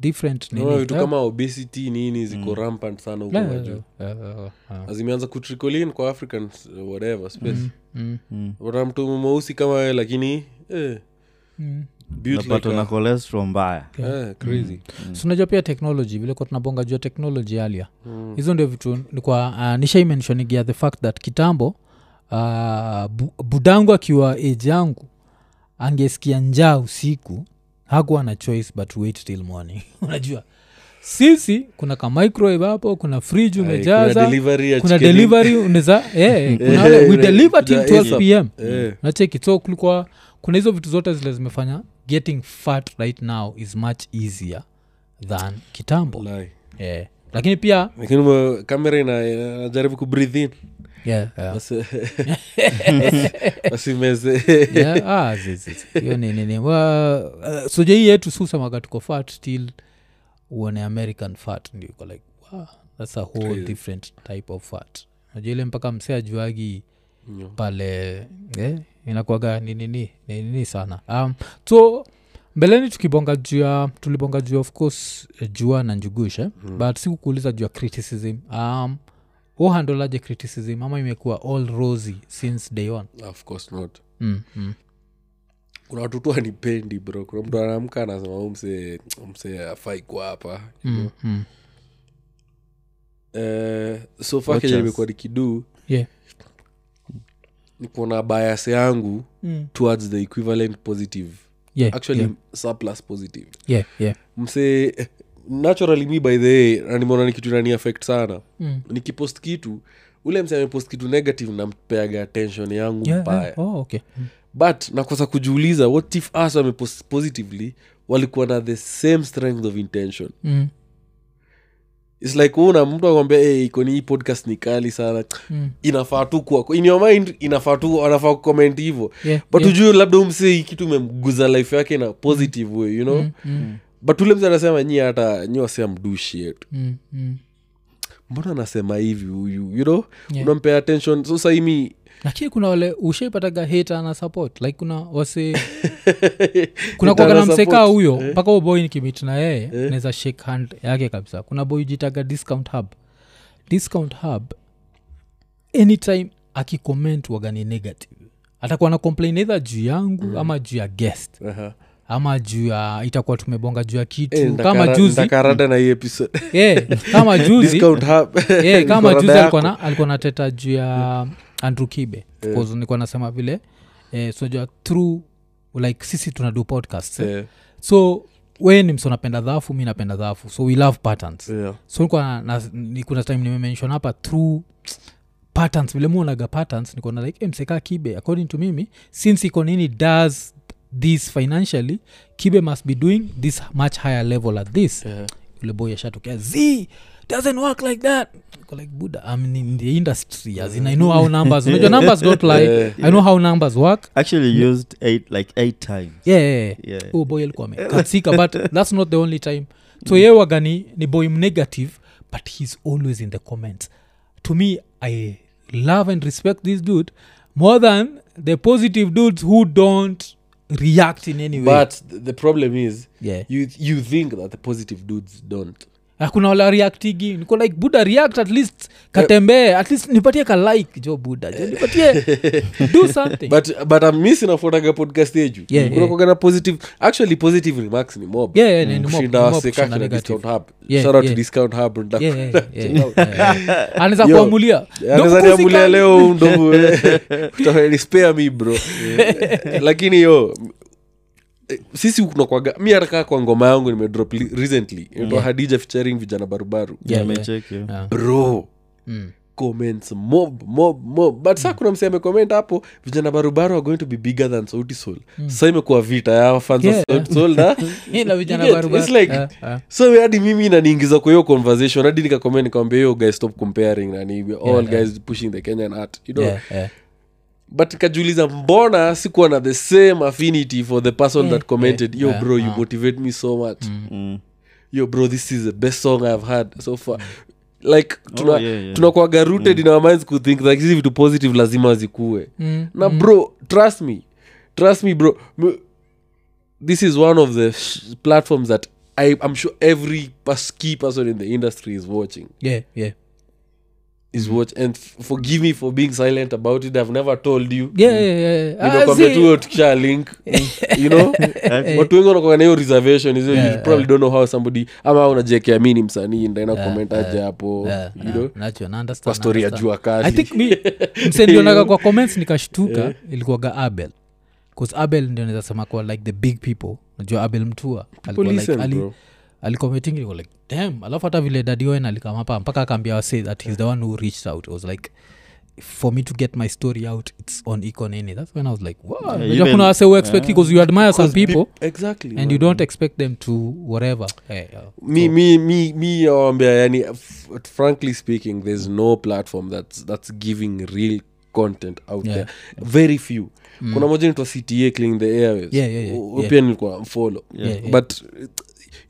[SPEAKER 2] different nini.
[SPEAKER 1] naona vitu
[SPEAKER 2] Eh,
[SPEAKER 1] kama obesity nini ziko rampant sana huko
[SPEAKER 2] eh,
[SPEAKER 1] majuu
[SPEAKER 2] eh, eh, eh,
[SPEAKER 1] Na zimeanza kutricolin kwa africans uh, whatever space mm.
[SPEAKER 2] mm,
[SPEAKER 1] wana mtu mweusi kama wewe lakini eh,
[SPEAKER 2] mm.
[SPEAKER 1] built like
[SPEAKER 3] napata na
[SPEAKER 1] a,
[SPEAKER 3] cholesterol mbaya
[SPEAKER 1] eh,
[SPEAKER 2] Hmm.
[SPEAKER 1] crazy
[SPEAKER 2] So unajua pia technology vile kwa tunabonga juu ya technology alia
[SPEAKER 1] Mm.
[SPEAKER 2] hizo ndio vitu nikwa uh, nishaimenshonigia the fact that kitambo uh, bu, budangu akiwa age yangu angesikia njaa usiku hakuwa na choice but wait till morning <laughs> unajua sisi kuna ka microwave hapo kuna fridge
[SPEAKER 1] Ai,
[SPEAKER 2] umejaza
[SPEAKER 1] kuna delivery ya
[SPEAKER 2] kuna
[SPEAKER 1] chicken
[SPEAKER 2] delivery unaweza <laughs> eh, kuna
[SPEAKER 1] Eh,
[SPEAKER 2] wale, we
[SPEAKER 1] una-
[SPEAKER 2] deliver till
[SPEAKER 1] una-
[SPEAKER 2] 12 pm
[SPEAKER 1] Eh.
[SPEAKER 2] nacheki so kulikuwa kuna hizo vitu zote zile zimefanya getting fat right now is much easier than kitambo
[SPEAKER 1] Lai.
[SPEAKER 2] eh. lakini pia
[SPEAKER 1] lakini ume- kamera ina- ina- inajaribu kubreathe in
[SPEAKER 2] <laughs> yeah, yeah.
[SPEAKER 1] Wasi- wasi- wasimeze
[SPEAKER 2] Yeah, ah, zi, zi, zi. hiyo ni nini Wa- eh, so je, hii yetu susamaga tuko fat till uone american fat ndio iko like wow, thats a whole different type of fat najua ile mpaka msee ajuagi pale eh, inakuaga ni nini ni nini sana um, so mbeleni tukibonga juu ya tulibonga juu ya, of course eh, jua na njugushe
[SPEAKER 1] Hmm.
[SPEAKER 2] mm. but sikukuuliza juu ya criticism um, uhandolaje criticism ama imekuwa all rosy since day one
[SPEAKER 1] of course not
[SPEAKER 2] mm, mm.
[SPEAKER 1] kuna watu tu anipendi bro kuna mtu anaamka anasema "Oh, "Huyu msee msee afai kwa hapa
[SPEAKER 2] Mm, mm.
[SPEAKER 1] Eh, so far
[SPEAKER 3] Watch
[SPEAKER 1] kenye
[SPEAKER 3] us.
[SPEAKER 1] nimekuwa nikidu
[SPEAKER 2] Yeah.
[SPEAKER 1] ni kuona bias yangu
[SPEAKER 2] Mm.
[SPEAKER 1] towards the equivalent positive
[SPEAKER 2] Yeah,
[SPEAKER 1] actually
[SPEAKER 2] yeah,
[SPEAKER 1] surplus positive
[SPEAKER 2] yeah, yeah.
[SPEAKER 1] msee eh, naturally mi by the way na nimeona ni kitu nani affect sana
[SPEAKER 2] Mm.
[SPEAKER 1] nikipost kitu ule mse amepost kitu negative nampeaga attention yangu
[SPEAKER 2] Yeah,
[SPEAKER 1] mbaya
[SPEAKER 2] yeah. Oh, okay.
[SPEAKER 1] but nakosa kujiuliza what if us wamepost positively walikuwa na the same strength of intention
[SPEAKER 2] Mm,
[SPEAKER 1] its like una mtu akwambia hey, iko ni hii podcast ni kali sana
[SPEAKER 2] mm.
[SPEAKER 1] inafaa tu kuwa in your mind inafaa tu anafaa kucomment hivyo
[SPEAKER 2] Yeah,
[SPEAKER 1] but
[SPEAKER 2] yeah.
[SPEAKER 1] ujue labda umsei kitu imemguza life yake na positive way you know
[SPEAKER 2] Mm, mm,
[SPEAKER 1] but ule mtu anasema nyi hata nyi wasea mdushi yetu
[SPEAKER 2] mm, mm.
[SPEAKER 1] mbona anasema hivi huyu you know
[SPEAKER 2] Yeah.
[SPEAKER 1] unampea attention so saimi
[SPEAKER 2] lakini kuna wale ushaipataga hate ana support like kuna wase kuna kuagana msekaa huyo mpaka huo boy nikimit na yeye yeah. naweza shake hand yake kabisa kuna boy jitaga discount hub discount hub anytime akikoment wagani negative atakuwa na complain either juu yangu mm. ama juu ya guest ama juu ya itakuwa tumebonga juu ya kitu
[SPEAKER 1] Eh,
[SPEAKER 2] kama juzi
[SPEAKER 1] ntakarada na hii episode
[SPEAKER 2] yeah, kama juzi
[SPEAKER 1] Discount hub. <laughs>
[SPEAKER 2] <laughs> yeah,
[SPEAKER 1] Kwa
[SPEAKER 2] Eh, kama
[SPEAKER 1] rada
[SPEAKER 2] juzi
[SPEAKER 1] yako. Eh.
[SPEAKER 2] alikuwa na- alikuwa nateta juu ya andrew kibe yeah. nilikuwa nasema vile eh, sinajua through like sisi tunadu podcast eh.
[SPEAKER 1] Yeah,
[SPEAKER 2] so we ni mso napenda dhafu mi napenda dhafu so we love patterns
[SPEAKER 1] yeah.
[SPEAKER 2] so nilikuwa na, ni- kuna time nimemenshon hapa through patterns vile muonaga patterns nikona like msekaa kibe according to mimi since iko nini does this financially kibe must be doing this much higher level at this
[SPEAKER 1] Yeah.
[SPEAKER 2] yule boy ashatokea z doesn't work like that Niko like buda i'm in the industry as in i know how numbers unajua numbers don't lie i know how numbers work
[SPEAKER 3] actually used eight like eight times
[SPEAKER 2] yeah, yeah, yeah
[SPEAKER 3] yeah
[SPEAKER 2] huyo boy
[SPEAKER 1] <laughs>
[SPEAKER 2] alikuwa amekatika but thats not the only time so ye waga ni, ni boy mnegative but heis always in the comments to me i love and respect this dude more than the positive dudes who don't react in any way
[SPEAKER 1] but th- the problem is
[SPEAKER 2] yeah.
[SPEAKER 1] you, you think that the positive dudes don't
[SPEAKER 2] hakuna wala reactigi niko like buda react at least katembee at least nipatie ka like jo buda jo nipatie
[SPEAKER 1] <laughs>
[SPEAKER 2] do something
[SPEAKER 1] but but i'm missing afuataga podcast yeju
[SPEAKER 2] Yeah, yeah.
[SPEAKER 1] Kunakuwaga na positive actually positive remarks ni mob
[SPEAKER 2] Yeah, yeah, ni- ni mob-
[SPEAKER 1] kushinda
[SPEAKER 2] ni mob
[SPEAKER 1] waseka
[SPEAKER 2] kushinda
[SPEAKER 1] kina
[SPEAKER 2] negative.
[SPEAKER 1] discount hub
[SPEAKER 2] Yeah,
[SPEAKER 1] shout out to
[SPEAKER 2] yeah.
[SPEAKER 1] discount hub nda-
[SPEAKER 2] Yeah, yeah, yeah,
[SPEAKER 1] <laughs>
[SPEAKER 2] yeah. anaweza
[SPEAKER 1] Yo.
[SPEAKER 2] kuamulia
[SPEAKER 1] anaweza
[SPEAKER 2] "Ndogo
[SPEAKER 1] niamulia
[SPEAKER 2] kusikali."
[SPEAKER 1] leo
[SPEAKER 2] <laughs>
[SPEAKER 1] mdogo Tafadhali spare me bro lakini yo eh, sisi kunakwaga mi hata kaa kwa ngoma yangu nimedrop li- recently inaitwa hadija featuring vijana barubaru
[SPEAKER 2] Yeah, yeah.
[SPEAKER 3] Nimecheck, yeah.
[SPEAKER 2] Ah,
[SPEAKER 1] bro Hmm.
[SPEAKER 2] mm.
[SPEAKER 1] comments mob mob mob but saa kuna msee amecomment hapo vijana barubaru are going to be bigger than sauti sol sa imekuwa vita ya fans
[SPEAKER 2] Mm. Yeah.
[SPEAKER 1] of sauti sol
[SPEAKER 2] <laughs>
[SPEAKER 1] na
[SPEAKER 2] ila vijana
[SPEAKER 1] You get-
[SPEAKER 2] barubara.
[SPEAKER 1] it's like-
[SPEAKER 2] Ah, ah.
[SPEAKER 1] so hadi mimi inaniingiza kwa hiyo conversation hadi nikakoment nikawambia hiyo guys stop comparing nani we are all
[SPEAKER 2] Yeah, yeah.
[SPEAKER 1] guys pushing the kenyan art you know
[SPEAKER 2] Yeah, yeah.
[SPEAKER 1] but nikajiuliza mbona sikuwa na the same affinity for the person
[SPEAKER 2] Yeah.
[SPEAKER 1] that commented
[SPEAKER 2] Yeah.
[SPEAKER 1] yo bro you
[SPEAKER 2] Ah.
[SPEAKER 1] motivate me so much
[SPEAKER 2] <laughs>
[SPEAKER 3] Mm.
[SPEAKER 1] yo bro this is the best song i've had so far like tuna,
[SPEAKER 3] Oh, yeah, yeah.
[SPEAKER 1] tunakwaga rooted in our minds kuthink like hizi vitu positive lazima zikuwe
[SPEAKER 2] Mm,
[SPEAKER 1] na bro trust me trust me bro M- this is one of the sh- platforms that I, i'm sure every pers- key person in the industry is watching
[SPEAKER 2] yeah, yeah.
[SPEAKER 1] is watch and f- forgive me for being silent about it i've never told you
[SPEAKER 2] Yeah, yeah, yeah. Ah,
[SPEAKER 1] nikakwambia
[SPEAKER 2] see.
[SPEAKER 1] tu hiyo tukisha link you
[SPEAKER 2] <laughs>
[SPEAKER 1] know
[SPEAKER 3] Eh,
[SPEAKER 1] watu wengi wanakuwa na hiyo reservation hizo
[SPEAKER 2] Yeah,
[SPEAKER 1] you probably don't know how somebody ama unajiekea mini msanii ndaenda comment aje hapo
[SPEAKER 2] Yeah,
[SPEAKER 1] you
[SPEAKER 2] na-
[SPEAKER 1] know
[SPEAKER 2] Ah, nacho, na understand,
[SPEAKER 1] kwa story ya
[SPEAKER 2] understand.
[SPEAKER 1] jua kali
[SPEAKER 2] I think
[SPEAKER 1] <laughs>
[SPEAKER 2] mi msendionaga kwa comments nikashtuka ilikuwaga abel bcause abel ndio naweza sema kwa like the big people najua abel mtua alikuwa like-
[SPEAKER 1] listen,
[SPEAKER 2] ali-
[SPEAKER 1] bro.
[SPEAKER 2] alikomitingi ilikuwa like dam alafu hata vile dadioen alikamapa mpaka akaambia wase that he's the one who reached out It was like for me to get my story out it's on econini that's when i was like wow Unajua
[SPEAKER 3] even-
[SPEAKER 2] kuna wase who expect because you admire some people
[SPEAKER 1] exactly
[SPEAKER 2] and you don't expect them to whatever Eh, yeah.
[SPEAKER 1] mi mi mi mi awambia yani f- frankly speaking there's no platform that's, that's giving real content out
[SPEAKER 2] Yeah. Mm.
[SPEAKER 1] there very few kuna moja nitwa cta cleaning the airways
[SPEAKER 2] Yeah, yeah, yeah,
[SPEAKER 1] U-
[SPEAKER 2] yeah.
[SPEAKER 1] pia nilikuwa follow
[SPEAKER 2] Yeah, yeah.
[SPEAKER 1] but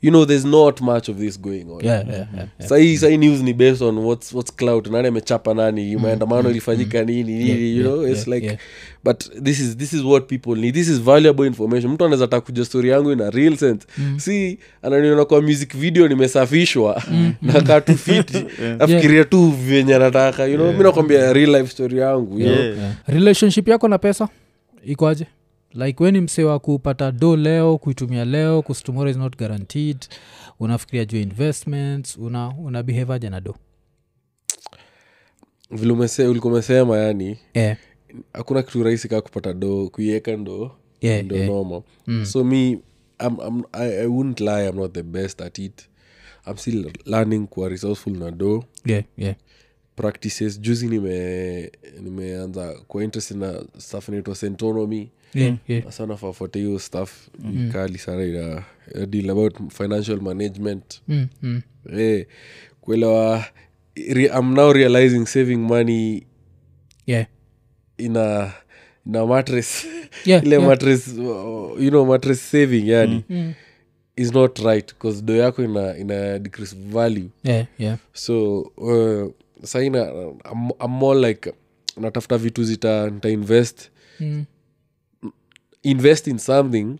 [SPEAKER 1] you know there's not much of this going on
[SPEAKER 2] Yeah, yeah, yeah, yeah.
[SPEAKER 1] sahii sahii news ni based on what's, what's cloud nani amechapa nani maandamano ilifanyika nini nini
[SPEAKER 2] Yeah,
[SPEAKER 1] you
[SPEAKER 2] yeah,
[SPEAKER 1] know it's
[SPEAKER 2] yeah,
[SPEAKER 1] like
[SPEAKER 2] yeah.
[SPEAKER 1] but this is this is what people need this is valuable information mtu anaweza takuja story yangu ina real sense mm. si ananiona kwa music video nimesafishwa mm. <laughs> na kaa tu fiti nafikiria tu venye nataka you know mi nakwambia real life story yangu you know?
[SPEAKER 3] yeah.
[SPEAKER 2] relationship yako na pesa ikoaje like weni msee wa kupata do leo kuitumia leo 'cause tomorrow is not guaranteed unafikiria juu ya investments una, una behave aje na do
[SPEAKER 1] vile umese- ulikuwa umesema yani
[SPEAKER 2] yeah.
[SPEAKER 1] hakuna kitu rahisi kaa kupata do kuiweka ndo
[SPEAKER 2] Yeah,
[SPEAKER 1] ndo
[SPEAKER 2] yeah. Mm.
[SPEAKER 1] normal so me I'm, I'm, I, i wouldn't lie i'm not the best at it i'm still learning kuwa resourceful na do
[SPEAKER 2] Yeah, yeah.
[SPEAKER 1] practices juzi nime nimeanza kwa interest na staff inaitwa centonomy
[SPEAKER 2] Yeah, yeah.
[SPEAKER 1] sana fafote hiyo staff mm. kali sana ina ina deal about financial management
[SPEAKER 2] Mm, mm.
[SPEAKER 1] eh, kuelewa re, i'm now realizing saving money
[SPEAKER 2] Yeah.
[SPEAKER 1] in a in a mattress
[SPEAKER 2] Yeah,
[SPEAKER 1] <laughs> ile
[SPEAKER 2] yeah.
[SPEAKER 1] mattress uh, you know mattress saving yani
[SPEAKER 2] Mm.
[SPEAKER 1] is not right because do yako ina ina decrease value
[SPEAKER 2] Yeah, yeah.
[SPEAKER 1] so uh, saina I'm, I'm more like natafuta vitu zita nita invest
[SPEAKER 2] Mm.
[SPEAKER 1] invest in something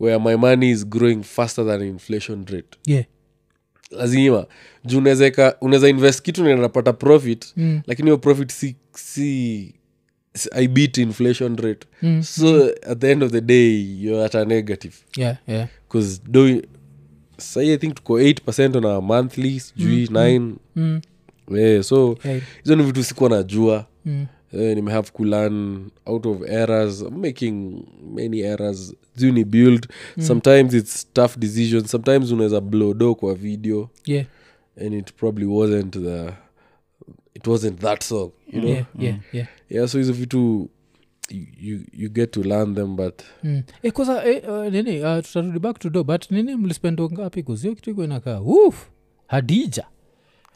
[SPEAKER 1] where my money is growing faster than inflation rate
[SPEAKER 2] Yeah.
[SPEAKER 1] lazima juu unaweza eka- unaweza invest kitu na napata profit
[SPEAKER 2] Mm.
[SPEAKER 1] lakini hiyo profit si, si, si i beat inflation rate
[SPEAKER 2] Mm.
[SPEAKER 1] so at the end of the day you're at a negative
[SPEAKER 2] Yeah, yeah.
[SPEAKER 1] bcause do sai i think tuko 8 percent on a monthly sijui 9
[SPEAKER 2] Mm.
[SPEAKER 1] Eh, so
[SPEAKER 2] Yeah.
[SPEAKER 1] hizo ni vitu sikuwa najua
[SPEAKER 2] Mm.
[SPEAKER 1] eh, nimehave kulearn out of errors I'm making many errors juu ni build mm. sometimes its tough decisions sometimes unaweza blodo kwa video
[SPEAKER 2] Yeah.
[SPEAKER 1] and it probably wasn't the it wasn't that song you know
[SPEAKER 2] Yeah, yeah, yeah.
[SPEAKER 1] yeah so hizo vitu you, you, you get to learn them but
[SPEAKER 2] Mm. Eh, kwanza, eh, uh, nini uh, tutarudi back to do but nini mlispendo ngapi kuzio kitu iko inakaa uf hadija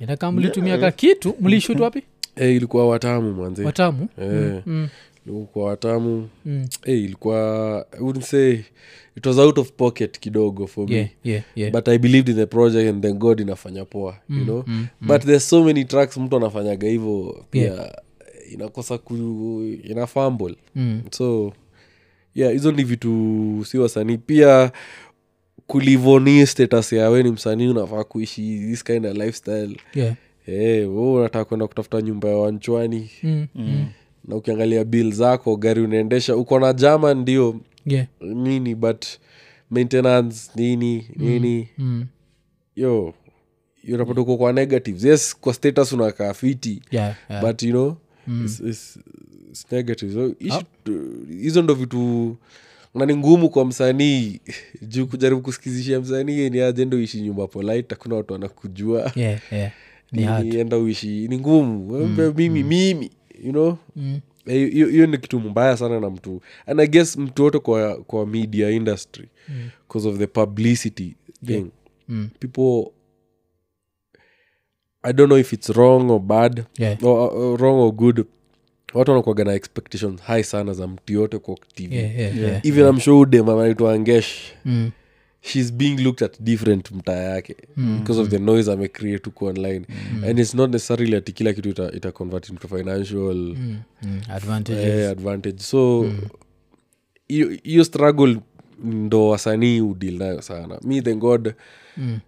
[SPEAKER 2] inakaa mlitumia ka kitu mlishoot wapi
[SPEAKER 1] <laughs> eh, ilikuwa watamu mwanze
[SPEAKER 2] watamu
[SPEAKER 1] eh,
[SPEAKER 2] mm.
[SPEAKER 1] ilikuwa watamu
[SPEAKER 2] Mm.
[SPEAKER 1] eh, ilikuwa i wouldn't say it was out of pocket kidogo for me
[SPEAKER 2] yeah, yeah, yeah.
[SPEAKER 1] but i believed in the project and then god inafanya poa you know
[SPEAKER 2] mm,
[SPEAKER 1] but there's so many tracks mtu anafanyaga hivo pia
[SPEAKER 2] Yeah.
[SPEAKER 1] inakosa ku ina fumble
[SPEAKER 2] mm.
[SPEAKER 1] so yeah hizo ni vitu si wasanii pia kulivoni status yawe ni msanii unafaa kuishi this kind of lifestyle
[SPEAKER 2] yeah.
[SPEAKER 1] hey, we unataka kwenda kutafuta nyumba ya wanchwani
[SPEAKER 2] Mm. Mm.
[SPEAKER 1] na ukiangalia bill zako gari unaendesha uko na jama ndio
[SPEAKER 2] yeah.
[SPEAKER 1] nini but maintenance nini nini
[SPEAKER 2] Mm.
[SPEAKER 1] yo unapata uko kwa negatives yes kwa status unakaa fiti
[SPEAKER 2] yeah, yeah. Mm.
[SPEAKER 1] but you know it's, it's, it's negative so
[SPEAKER 2] Ah.
[SPEAKER 1] ishi tu- hizo ndo vitu na ni ngumu kwa msanii <laughs> juu kujaribu kusikizishia msanii yeye ni aje ndo uishi nyumba polite hakuna watu wanakujua
[SPEAKER 2] yeah, yeah. <laughs> ni
[SPEAKER 1] Ni-
[SPEAKER 2] hard.
[SPEAKER 1] ni enda uishi ni ngumu mimi mimi you know
[SPEAKER 2] Mm.
[SPEAKER 1] Eh, hiyo hiyo ni kitu mbaya sana na mtu and i guess mtu wote kwa kwa media industry because of the publicity thing
[SPEAKER 2] Mm.
[SPEAKER 1] people i don't know if it's wrong or bad
[SPEAKER 2] Yeah.
[SPEAKER 1] or, or wrong or good watu wanakuaga na expectations high sana za mtu yote kwa tv
[SPEAKER 2] Yeah, yeah, yeah.
[SPEAKER 1] even yeah. amshoudemama anaitwa angesh
[SPEAKER 2] Mm.
[SPEAKER 1] she's being looked at different mtaa yake mm. because of the noise amecreate huko online mm. and it's not necessarily ati kila kitu ita, ita convert into financial mm
[SPEAKER 2] Mm. Mm. Advantages.
[SPEAKER 1] eh, advantage so hiyo hiyo struggle ndo wasanii udil nayo sana mi thank god
[SPEAKER 2] Mm.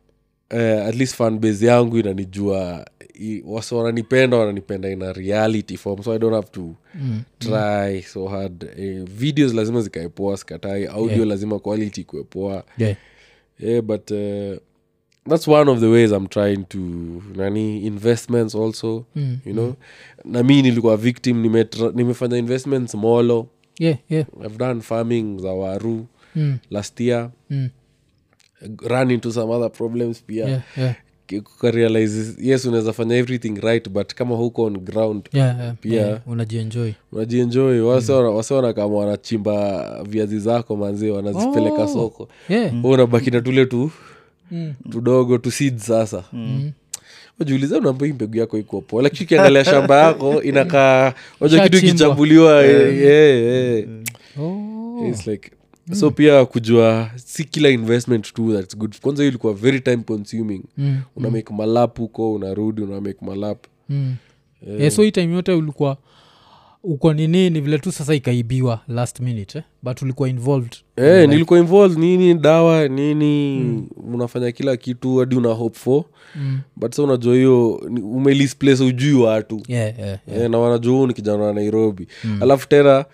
[SPEAKER 1] eh, at least fan base yangu inanijua i- wasi wananipenda wananipenda ina reality form so i don't have to
[SPEAKER 2] Mm.
[SPEAKER 1] try so hard eh, videos lazima zikae poa sikatai audio
[SPEAKER 2] Yeah.
[SPEAKER 1] lazima quality ikuwe poa
[SPEAKER 2] Yeah.
[SPEAKER 1] yeah, but eh, that's one of the ways i'm trying to nani investments also
[SPEAKER 2] Mm.
[SPEAKER 1] you know na mi nilikuwa victim nimetra- nimefanya investments molo
[SPEAKER 2] Yeah, yeah.
[SPEAKER 1] i've done farming za waru
[SPEAKER 2] Mm.
[SPEAKER 1] last year
[SPEAKER 2] Mm.
[SPEAKER 1] run into some other problems pia
[SPEAKER 2] Yeah, yeah.
[SPEAKER 1] Ki- kukarealize yes unaweza fanya everything right but kama huko on ground
[SPEAKER 2] Yeah, Mm. yeah.
[SPEAKER 1] Pia-
[SPEAKER 2] Yeah, unajienjoy
[SPEAKER 1] unajienjoi wase wana- wase wana kama wanachimba viazi zako manzie wanazipeleka
[SPEAKER 2] Oh.
[SPEAKER 1] soko
[SPEAKER 2] yeah.
[SPEAKER 1] Mm. Wewe unabaki na tule tu
[SPEAKER 2] Mm.
[SPEAKER 1] tudogo tu seeds sasa
[SPEAKER 2] Mm.
[SPEAKER 1] wajiuliza unambai mbegu yako iko poa lakini ukiangalia shamba
[SPEAKER 2] <laughs>
[SPEAKER 1] yako inakaa waja kitu
[SPEAKER 2] Ishachimbwa.
[SPEAKER 1] ikichambuliwa eh, eh, eh.
[SPEAKER 2] Oh.
[SPEAKER 1] It's like so pia kujua si kila investment tu thats good kwanza hiyo ilikuwa very time consuming
[SPEAKER 2] Mm.
[SPEAKER 1] una make malap huko unarudi una make malap
[SPEAKER 2] Mm.
[SPEAKER 1] Eh,
[SPEAKER 2] Yeah, so hii time yote ulikuwa uko nini ni vile tu sasa ikaibiwa last minute eh? but ulikuwa involved
[SPEAKER 1] Eh, nilikuwa involved nini dawa nini unafanya kila kitu hadi una hope for
[SPEAKER 2] mm.
[SPEAKER 1] but sa unajua hiyo ni- umelisplace ujui watu
[SPEAKER 2] yeah, yeah, yeah.
[SPEAKER 1] yeah. Eh, na wanajua huu ni kijana wa nairobi mm. alafu tena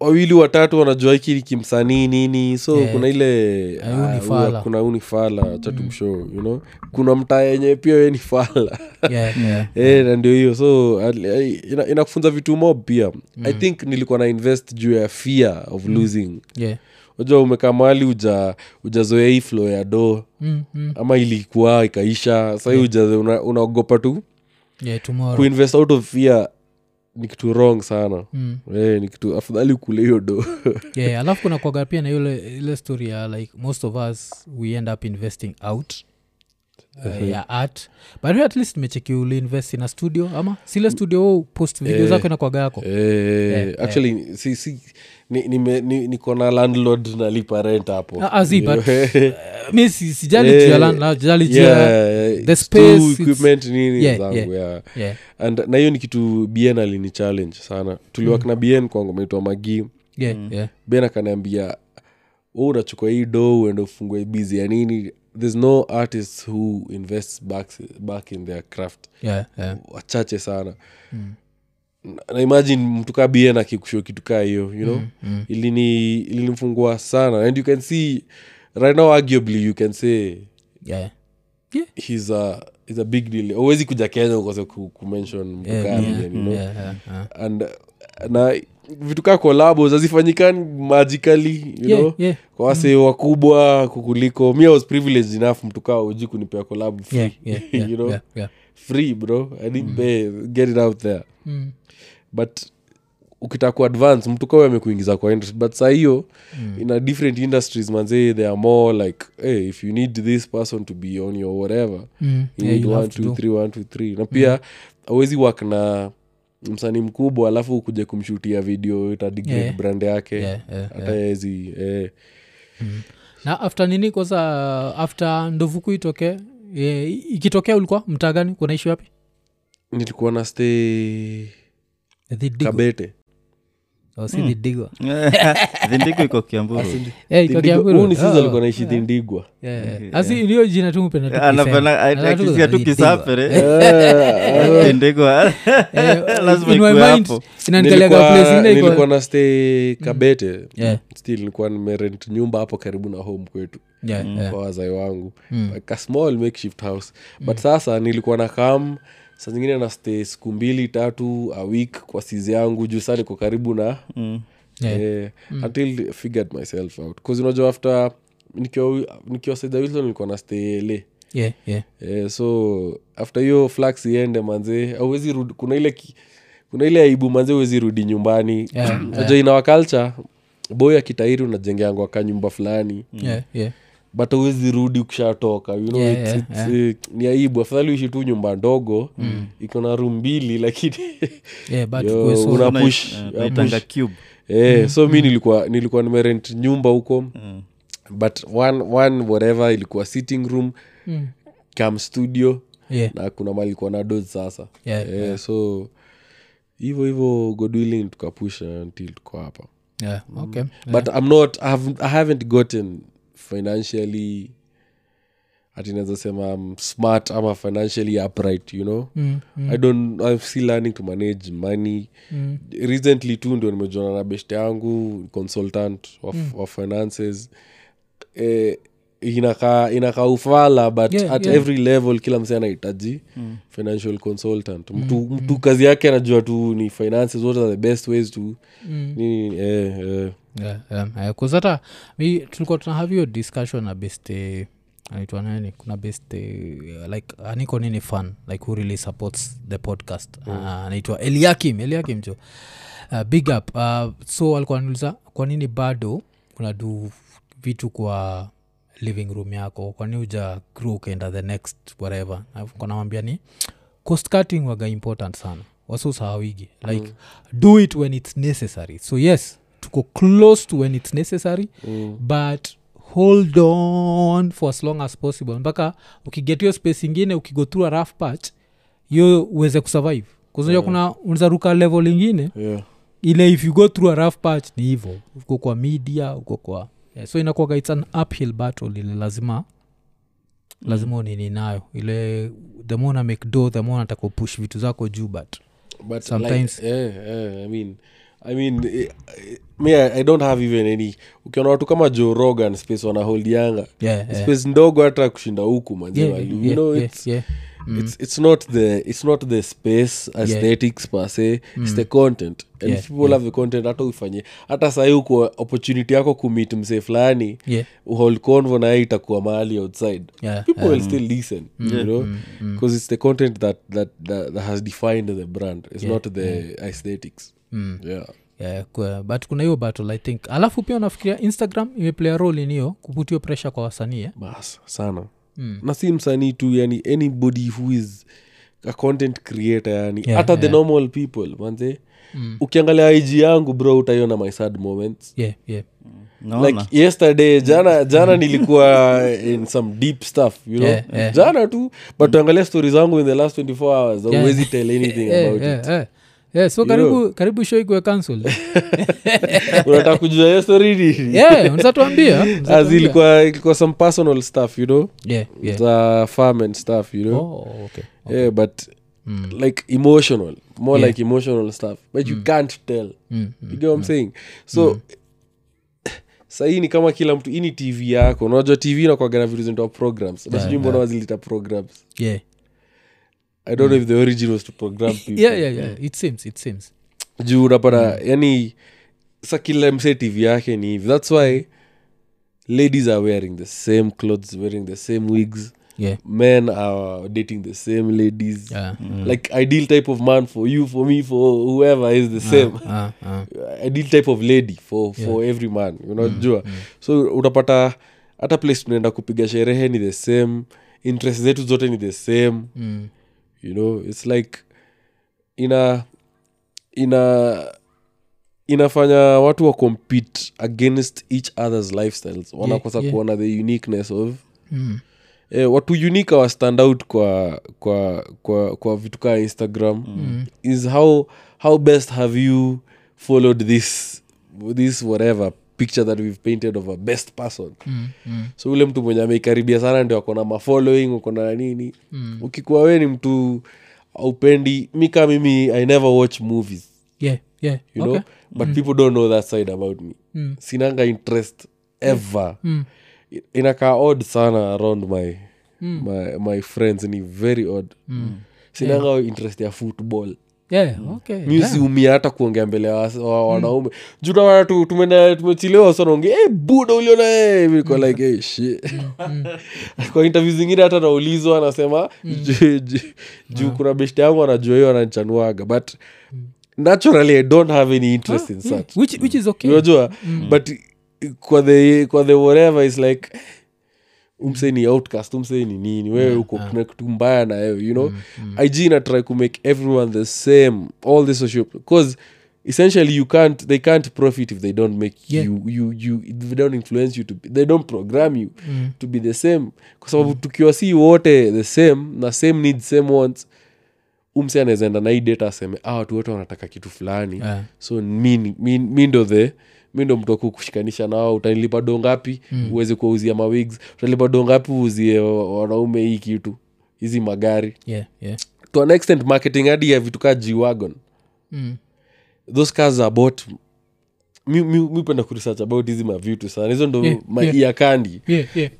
[SPEAKER 1] wawili watatu wanajua hiki ni kimsanii nini so
[SPEAKER 2] Yeah.
[SPEAKER 1] yeah. kuna ile
[SPEAKER 2] Ah, huyu ni
[SPEAKER 1] ah, huyu-
[SPEAKER 2] fala. Mm.
[SPEAKER 1] kuna huu ni fala chatumshow you know kuna mtaa yenye pia we ni fala <laughs>
[SPEAKER 2] Yeah, yeah.
[SPEAKER 1] Eh, na ndio hiyo so al- eh, ina- inakufunza vitu mob pia i
[SPEAKER 2] Mm.
[SPEAKER 1] think nilikuwa na invest juu ya fear of losing
[SPEAKER 2] Yeah.
[SPEAKER 1] unajua umekaa mahali uja ujazoea hii flow ya do
[SPEAKER 2] Mm, mm.
[SPEAKER 1] ama ilikuwa ikaisha sahii ujaze unaogopa tu
[SPEAKER 2] yeah, tomorrow
[SPEAKER 1] kuinvest out of fear ni kitu wrong sana
[SPEAKER 2] Mm.
[SPEAKER 1] hey, Eh, ni kitu afadhali ukule hiyo
[SPEAKER 2] <laughs>
[SPEAKER 1] do
[SPEAKER 2] yeah, alafu kuna kwaga pia na yule ile story ya like most of us we end up investing out
[SPEAKER 1] Uh-huh.
[SPEAKER 2] uh, ya art but we at least mecheki uliinvest in a studio ama sile studio wo post video
[SPEAKER 1] Eh.
[SPEAKER 2] zako inakwaga yako
[SPEAKER 1] Eh,
[SPEAKER 2] Eh,
[SPEAKER 1] actually si, si, ni, nime- ni, niko na landlord nalipa rent hapo
[SPEAKER 2] Ah, ah, zi,
[SPEAKER 1] <laughs>
[SPEAKER 2] but,
[SPEAKER 1] Eh,
[SPEAKER 2] Uh, mi si- sijali
[SPEAKER 1] Eh.
[SPEAKER 2] juu ya land- la- jali juu ya-
[SPEAKER 1] yeah,
[SPEAKER 2] uh, the
[SPEAKER 1] it's
[SPEAKER 2] space,
[SPEAKER 1] too
[SPEAKER 2] it's-
[SPEAKER 1] equipment nini
[SPEAKER 2] Yeah,
[SPEAKER 1] zangu
[SPEAKER 2] yeah.
[SPEAKER 1] yeah.
[SPEAKER 2] yeah,
[SPEAKER 1] and na hiyo ni kitu bien alini challenge sana tuliwak
[SPEAKER 2] Mm.
[SPEAKER 1] na bien kwangu ameitwa magi
[SPEAKER 2] yeah,
[SPEAKER 1] Mm.
[SPEAKER 2] yeah.
[SPEAKER 1] ben akaniambia u unachukua hii do uende ufungue bizi ya nini thereis no artist who invests back, back in their craft
[SPEAKER 2] Yeah, yeah.
[SPEAKER 1] wachache sana mm. na imagine mtu kaa bien akikusho kitu kaa hiyo you know mm, mm. ilini ilinifungua sana and you can see right now arguably you can say
[SPEAKER 2] Yeah.
[SPEAKER 1] he's a, he's a big deal huwezi kuja kenya ukose ku- kumention mtu
[SPEAKER 2] Yeah,
[SPEAKER 1] kaa
[SPEAKER 2] yeah,
[SPEAKER 1] Bien, you know?
[SPEAKER 2] Yeah, yeah, yeah.
[SPEAKER 1] and uh, na vitu kaa kolabo zazifanyikani magically you
[SPEAKER 2] Yeah,
[SPEAKER 1] know
[SPEAKER 2] yeah.
[SPEAKER 1] kwa wase mm. wakubwa kukuliko mi i was privileged enough mtu kaa uji kunipea kolab free
[SPEAKER 2] Yeah, yeah,
[SPEAKER 1] <laughs>
[SPEAKER 2] yeah,
[SPEAKER 1] you know
[SPEAKER 2] yeah, yeah.
[SPEAKER 1] free bro i didn't pay get it out there
[SPEAKER 2] Mm.
[SPEAKER 1] but ukitaka ku advance mtu kawe amekuingiza kwa industry but saa hiyo mm. ina different industries manze they are more like hey, if you need this person to be on your whatever
[SPEAKER 2] Mm.
[SPEAKER 1] you
[SPEAKER 2] Yeah,
[SPEAKER 1] need
[SPEAKER 2] you
[SPEAKER 1] one,
[SPEAKER 2] have to
[SPEAKER 1] two,
[SPEAKER 2] do. Mm.
[SPEAKER 1] three, one, two, three. na pia awezi wak na msanii mkubwa alafu kuja kumshutia video itadegrade
[SPEAKER 2] Yeah.
[SPEAKER 1] brand yake
[SPEAKER 2] Yeah, yeah,
[SPEAKER 1] hata ezi eh.
[SPEAKER 2] na after nini kwanza after ndovuku itokee eh, ikitokea ulikuwa mtaa gani kunaishi wapi
[SPEAKER 1] nilikuwa na stay
[SPEAKER 2] the digo.
[SPEAKER 1] kabete
[SPEAKER 2] Oh, si the digo.
[SPEAKER 3] dhindiko iko kiamburu <laughs>
[SPEAKER 2] Eh, iko Kiamburu.
[SPEAKER 1] huu ni sasa
[SPEAKER 2] Oh.
[SPEAKER 1] alikuwa Ah, naishi
[SPEAKER 2] <laughs>
[SPEAKER 1] Thindigwa.
[SPEAKER 2] Yeah, yeah. Eh, Asi, iliyo jina tu mpenda tu kusema.
[SPEAKER 3] Anapenda-
[SPEAKER 2] Anataka
[SPEAKER 3] akisikia tu
[SPEAKER 1] <laughs>
[SPEAKER 2] kusema, "Digo."
[SPEAKER 3] kisafere
[SPEAKER 1] Eh,
[SPEAKER 3] <laughs> dhindiko
[SPEAKER 2] Eh,
[SPEAKER 3] <laughs> lazima
[SPEAKER 2] in my
[SPEAKER 3] ikuwe
[SPEAKER 2] mind,
[SPEAKER 3] hapo.
[SPEAKER 2] inanikaliaga place
[SPEAKER 1] nilikuwa
[SPEAKER 2] ingine iko-
[SPEAKER 1] nilikuwa na stay kabete
[SPEAKER 2] Yeah,
[SPEAKER 1] still nilikuwa nimerent nyumba hapo karibu na home kwetu
[SPEAKER 2] yeah, yeah. Hmm.
[SPEAKER 1] kwa wazai wangu like a small makeshift house but sasa nilikuwa na kam saa zingine na stay siku mbili tatu a week kwa sizi yangu juu saa niko karibu na
[SPEAKER 3] Mm.
[SPEAKER 2] Yeah. Hmm.
[SPEAKER 1] eh, until figured myself out bcause unajua after nikiwa nikiwa Saida wilson nilikuwa na stay le
[SPEAKER 2] Yeah, yeah.
[SPEAKER 1] eh, so after hiyo flax iende manze auwezi rudi kuna ile ki, kuna ile aibu manze uwezi rudi nyumbani
[SPEAKER 2] Yeah,
[SPEAKER 1] najua inawa culture boy akitairi unajengeangwa ka nyumba fulani
[SPEAKER 2] Yeah, yeah.
[SPEAKER 1] but awezi rudi ukishatoka you know,
[SPEAKER 2] Yeah,
[SPEAKER 1] it's,
[SPEAKER 2] yeah,
[SPEAKER 1] it's, eh, ni aibu afadhali uishi tu nyumba ndogo mm. iko na rum mbili lakini
[SPEAKER 2] Yeah, but
[SPEAKER 1] Yo,
[SPEAKER 2] kuwe so- uh,
[SPEAKER 1] una-
[SPEAKER 3] Kuna-
[SPEAKER 1] push,
[SPEAKER 3] eh,
[SPEAKER 1] una
[SPEAKER 3] naitanga
[SPEAKER 1] push.
[SPEAKER 3] cube
[SPEAKER 1] eh,
[SPEAKER 2] Mm.
[SPEAKER 1] so mi nilikuwa nilikuwa nimerent nyumba huko but one, one whatever ilikuwa sitting room
[SPEAKER 2] Mm.
[SPEAKER 1] cam studio
[SPEAKER 2] Yeah,
[SPEAKER 1] na kuna mali ilikuwa na dod sasa
[SPEAKER 2] yeah,
[SPEAKER 1] eh, so hivyo hivyo god willing tukapusha until tuko hapa
[SPEAKER 2] yeah.
[SPEAKER 1] Mm.
[SPEAKER 2] Okay.
[SPEAKER 1] but i'm not I haven't, i haven't gotten financially ati naweza sema I'm smart ama financially upright you know
[SPEAKER 2] Mm, mm,
[SPEAKER 1] i don't i'm still learning to manage money
[SPEAKER 2] mm.
[SPEAKER 1] recently tu ndio nimejuana na best yangu consultant wa, mm. wa finances eh, inakaa inakaa ufala but
[SPEAKER 2] Yeah,
[SPEAKER 1] at
[SPEAKER 2] yeah.
[SPEAKER 1] every level kila msee anahitaji financial consultant
[SPEAKER 2] Mm,
[SPEAKER 1] mtu, mtu kazi yake anajua tu ni finances what are the best ways to
[SPEAKER 2] Mm.
[SPEAKER 1] nini eh, eh.
[SPEAKER 2] Yeah, um, eh, 'cause hata mi tulikuwa tuna have hiyo discussion na beste anaitwa nani kuna beste eh, like aniko nini fan like who really supports the podcast mm. uh, anaitwa eliakim eliakim jo uh, big up uh, so alikuwa anauliza kwa nini bado unadu vitu kwa living room yako kwani uja grow ukaenda the next whatever kanamwambia ni cost cutting waga important sana wasusahawigi like mm. do it when its necessary so yes tuko close to when its necessary mm. but hold on for as long as possible mpaka ukiget hiyo space ingine ukigo through a rough patch hiyo uweze kusurvive kuzinja kuna unazaruka level ingine
[SPEAKER 1] yeah.
[SPEAKER 2] ile if you go through a rough patch ni hivo uko kwa media uko kwa yeah, so inakuwaga its an uphill battle ile lazima
[SPEAKER 1] Mm.
[SPEAKER 2] lazima unini nayo ile the more una make do the more nataka push vitu zako juu but
[SPEAKER 1] but
[SPEAKER 2] Sometimes-
[SPEAKER 1] like, eh, eh, i mean i mean eh, eh, me I, i don't have even any ukiona watu kama joe rogan space wanaholdianga
[SPEAKER 2] yeah, yeah.
[SPEAKER 1] space ndogo hata kushinda huku manze
[SPEAKER 2] Yeah,
[SPEAKER 1] wali- you
[SPEAKER 2] yeah, Mm.
[SPEAKER 1] know,
[SPEAKER 2] yeah,
[SPEAKER 1] it's-
[SPEAKER 2] yeah.
[SPEAKER 1] it's it's not the it's not the space aesthetics per se it's the content and
[SPEAKER 2] Mm. Yeah,
[SPEAKER 1] if people have the content hata ufanye hata sahi uko opportunity yako kumit msee fulani
[SPEAKER 2] yeah
[SPEAKER 1] hold convo naye itakuwa mahali outside
[SPEAKER 2] Yeah, Mm.
[SPEAKER 1] people will still listen you know because it's the content that, that that that has defined the brand it's not the aesthetics
[SPEAKER 2] Mm.
[SPEAKER 1] yeah
[SPEAKER 2] yeah, kwa- but kuna hiyo battle i think alafu pia unafikiria instagram imeplay role in hiyo kuputio pressure kwa wasanii eh?
[SPEAKER 1] bas sana
[SPEAKER 2] Mm.
[SPEAKER 1] na si msanii tu yani anybody who is a content creator yani
[SPEAKER 2] Yeah, Mm.
[SPEAKER 1] hata the normal people manze ukiangalia ig yangu bro utaiona my sad moments
[SPEAKER 2] yeah, yeah.
[SPEAKER 3] naona
[SPEAKER 1] like yesterday
[SPEAKER 2] Mm.
[SPEAKER 1] jana jana nilikuwa <laughs> in some deep stuff you know
[SPEAKER 2] Yeah, yeah. Mm.
[SPEAKER 1] jana tu but tuangalia stories zangu in the last 24 hours hauwezi tell anything
[SPEAKER 2] Eh,
[SPEAKER 1] about
[SPEAKER 2] eh, eh. Yeah, so karibu karibu show ikuwe cancelled.
[SPEAKER 1] it unataka kujua hiyo story ni
[SPEAKER 2] <laughs> yeah msatuambia
[SPEAKER 1] <laughs> as ilikuwa ilikuwa some personal stuff you know
[SPEAKER 2] yeah, yeah.
[SPEAKER 1] za farm and stuff you know
[SPEAKER 2] Oh, okay. Mm.
[SPEAKER 1] yeah but like emotional more like emotional stuff but you can't tell
[SPEAKER 2] Mm,
[SPEAKER 1] you get what i'm saying so <sighs> sahii ni kama kila mtu hii ni tv yako unajua tv inakwaga na vitu zinatoa programs na sijui mbona wazilita programs
[SPEAKER 2] yeah
[SPEAKER 1] i don't know if the origin was to program people
[SPEAKER 2] <laughs> yeah Mm. yeah yeah it seems it seems
[SPEAKER 1] juu unapata yani sa kila mse tv yake ni hivi that's why ladies are wearing the same clothes wearing the same wigs
[SPEAKER 2] yeah
[SPEAKER 1] men are dating the same ladies
[SPEAKER 2] yeah Mm.
[SPEAKER 1] like ideal type of man for you for me for whoever is the same
[SPEAKER 2] ah ah
[SPEAKER 1] ideal type of lady for for every man
[SPEAKER 2] Mm,
[SPEAKER 1] unajua so utapata hata place tunaenda kupiga sherehe ni the same interest zetu zote ni the same
[SPEAKER 2] mm.
[SPEAKER 1] you know it's like ina ina inafanya watu wa compete against each other's lifestyles wanakosa
[SPEAKER 2] yeah.
[SPEAKER 1] kuona the uniqueness of
[SPEAKER 2] Mm.
[SPEAKER 1] eh, watu unique awa stand out kwa kwa kwa, kwa vitu kaa instagram mm. is how how best have you followed this this whatever picture that we've painted of a best person
[SPEAKER 2] Mm. Mm.
[SPEAKER 1] so ule mtu mwenye ameikaribia sana ndio akona mafollowing akona nini mm. ukikuwa we ni mtu aupendi mi kaa mimi i never watch movies
[SPEAKER 2] yeah yeah
[SPEAKER 1] you
[SPEAKER 2] okay
[SPEAKER 1] know but mm. people don't know that side about me
[SPEAKER 2] Mm.
[SPEAKER 1] sinanga interest ever
[SPEAKER 2] Mm.
[SPEAKER 1] I- inakaa odd sana around my,
[SPEAKER 2] Mm.
[SPEAKER 1] my my friends ni very odd mm. sinanga interest ya football
[SPEAKER 2] yeah
[SPEAKER 1] Mm.
[SPEAKER 2] okay
[SPEAKER 1] misi umia hata kuongea mbele ya wase- wa- wanaume juu nawana tu- tumeenda- tumechelewa wanaongea hey, buda uliona hey. niko like hey, shit
[SPEAKER 2] Mm-hmm.
[SPEAKER 1] <laughs> kwa interview zingine hata naulizwa anasema
[SPEAKER 2] Mm.
[SPEAKER 1] juu- juu- juu kuna beshte yangu anajua hiyo anachanuaga but naturally i don't have any interest in
[SPEAKER 2] Mm. Ah, Yeah,
[SPEAKER 1] such
[SPEAKER 2] which which is okay Mm.
[SPEAKER 1] unajua but kwa the kwa the whatever is like umsee ni outcast umsee ni nini wewe uko kuna kitu mbaya na wewe you
[SPEAKER 2] Mm,
[SPEAKER 1] know ig ina try to make everyone the same all the social because essentially you can't they can't profit if they don't make
[SPEAKER 2] Yeah.
[SPEAKER 1] you, you you if they don't influence you to be, they don't program you
[SPEAKER 2] Mm.
[SPEAKER 1] to be the same kwa sababu tukiwa si wote the same na same needs same wants umse anaweza enda na hii data aseme ah, watu wote wanataka kitu fulani
[SPEAKER 2] Ah.
[SPEAKER 1] so mi ni- mi- mi ndo the mi ndo mtu aku kushikanisha nao utanilipa do ngapi mm. uweze kuwauzia mawigs utanilipa do ngapi uuzie wa- wanaume hii kitu hizi magari
[SPEAKER 2] yeah yeah
[SPEAKER 1] to an extent marketing hadi ya vitu kaa gwagon
[SPEAKER 2] mm.
[SPEAKER 1] those cars are bought mi mi- mi upenda kuresearch about hizi mavitu sana hizo ndo
[SPEAKER 2] Yeah,
[SPEAKER 1] yeah, maia yeah. kandi
[SPEAKER 2] yeah yeah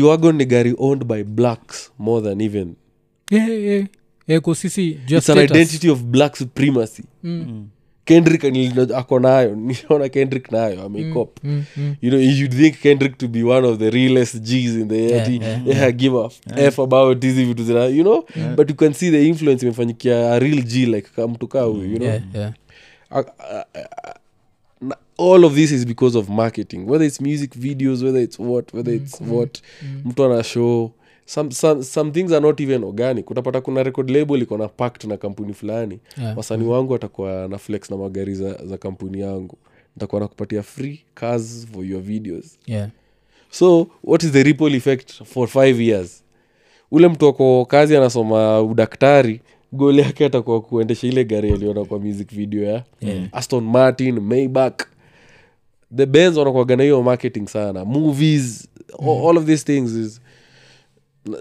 [SPEAKER 1] gwagon ni gari owned by blacks more than even
[SPEAKER 2] yeah yeah yeah kwa sisi just
[SPEAKER 1] it's an
[SPEAKER 2] status.
[SPEAKER 1] identity of black supremacy
[SPEAKER 2] Mm.
[SPEAKER 1] kendrick nil- ako nayo <laughs> niliona kendrick nayo ameikop
[SPEAKER 2] Mm, mm.
[SPEAKER 1] you know you'd think kendrick to be one of the realest g's in the yeah,
[SPEAKER 2] yeah,
[SPEAKER 1] yeah, give a f, f about hizi vitu zina you know but you can see the influence imefanyikia a real g like ka- mtu kaa huyu you know
[SPEAKER 2] yeah yeah
[SPEAKER 1] A- a- a- na- uh, all of this is because of marketing whether it's music videos whether it's what whether it's what mtu ana show some, some, some things are not even organic utapata kuna record label iko na pact na kampuni fulani
[SPEAKER 2] Yeah.
[SPEAKER 1] wasanii wangu watakuwa na flex na magari za, za kampuni yangu nitakuwa nakupatia free cars for your videos
[SPEAKER 2] yeah
[SPEAKER 1] so what is the ripple effect for five years ule mtu ako kazi anasoma udaktari goli yake atakuwa kuendesha ile gari aliona kwa music video ya yeah. aston martin mayback the bens wanakuaga na hiyo marketing sana movies mm. all of these things is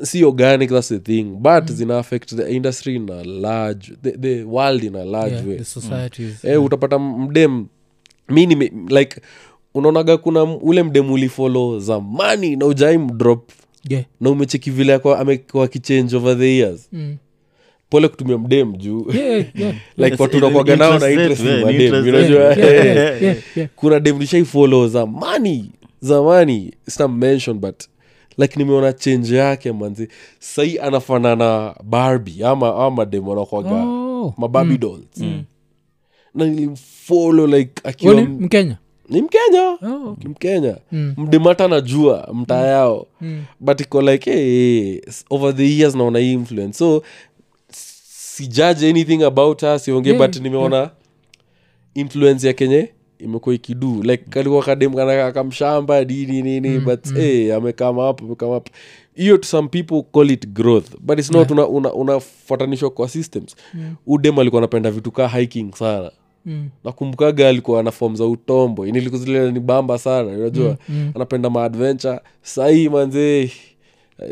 [SPEAKER 1] see organic that's the thing but mm. zina affect the industry in a large the, the world in a large
[SPEAKER 2] yeah
[SPEAKER 1] way
[SPEAKER 2] the society is
[SPEAKER 3] Hmm.
[SPEAKER 1] eh, utapata mdem mi nime like unaonaga kuna m- ule mdem ulifolo zamani na ujai mdrop
[SPEAKER 2] yeah.
[SPEAKER 1] na umecheki vile ako amekuwa akichange over the years
[SPEAKER 2] mm.
[SPEAKER 1] pole kutumia mdem juu
[SPEAKER 2] yeah, yeah, yeah.
[SPEAKER 1] <laughs> like
[SPEAKER 3] Yes,
[SPEAKER 1] watu
[SPEAKER 3] it-
[SPEAKER 1] nakwaga
[SPEAKER 3] it-
[SPEAKER 1] nao na
[SPEAKER 3] interest
[SPEAKER 1] interest
[SPEAKER 3] rate,
[SPEAKER 1] in
[SPEAKER 3] yeah,
[SPEAKER 1] madem,
[SPEAKER 3] interest
[SPEAKER 1] unajua?
[SPEAKER 2] yeah, yeah, yeah, yeah.
[SPEAKER 1] <laughs> kuna dem nishaifolo zamani zamani sina mention but like nimeona change yake manzi sahii anafanana barbi ama ama madem wanakwaga
[SPEAKER 2] Oh.
[SPEAKER 1] mababi
[SPEAKER 2] Mm.
[SPEAKER 1] dolls
[SPEAKER 2] Mm.
[SPEAKER 1] na nilimfolo like akiwa
[SPEAKER 2] Wewe ni mkenya
[SPEAKER 1] ni mkenya
[SPEAKER 2] oh.
[SPEAKER 1] mkenya
[SPEAKER 2] mm.
[SPEAKER 1] mdemata anajua mtaa yao
[SPEAKER 2] Mm.
[SPEAKER 1] but iko like hey, over the years naona hii influence so sijaje anything about her siongee
[SPEAKER 2] Yeah,
[SPEAKER 1] but
[SPEAKER 2] Mm. yeah.
[SPEAKER 1] nimeona influence ya kenye imekuwa ikidu like kalikuwa kademkana kamshamba dini nini
[SPEAKER 2] Mm,
[SPEAKER 1] but
[SPEAKER 2] mm.
[SPEAKER 1] hey, amekama up amekama up hiyo to some people call it growth but it's not yeah. unafuatanishwa una, una kwa systems
[SPEAKER 2] Yeah.
[SPEAKER 1] udem alikuwa anapenda vitu kaa hiking sana
[SPEAKER 2] Mm.
[SPEAKER 1] nakumbukaga alikuwa ana fom za utombo nilikuzilia ni bamba sana unajua
[SPEAKER 2] Mm. Mm.
[SPEAKER 1] anapenda maadventure sahii manzee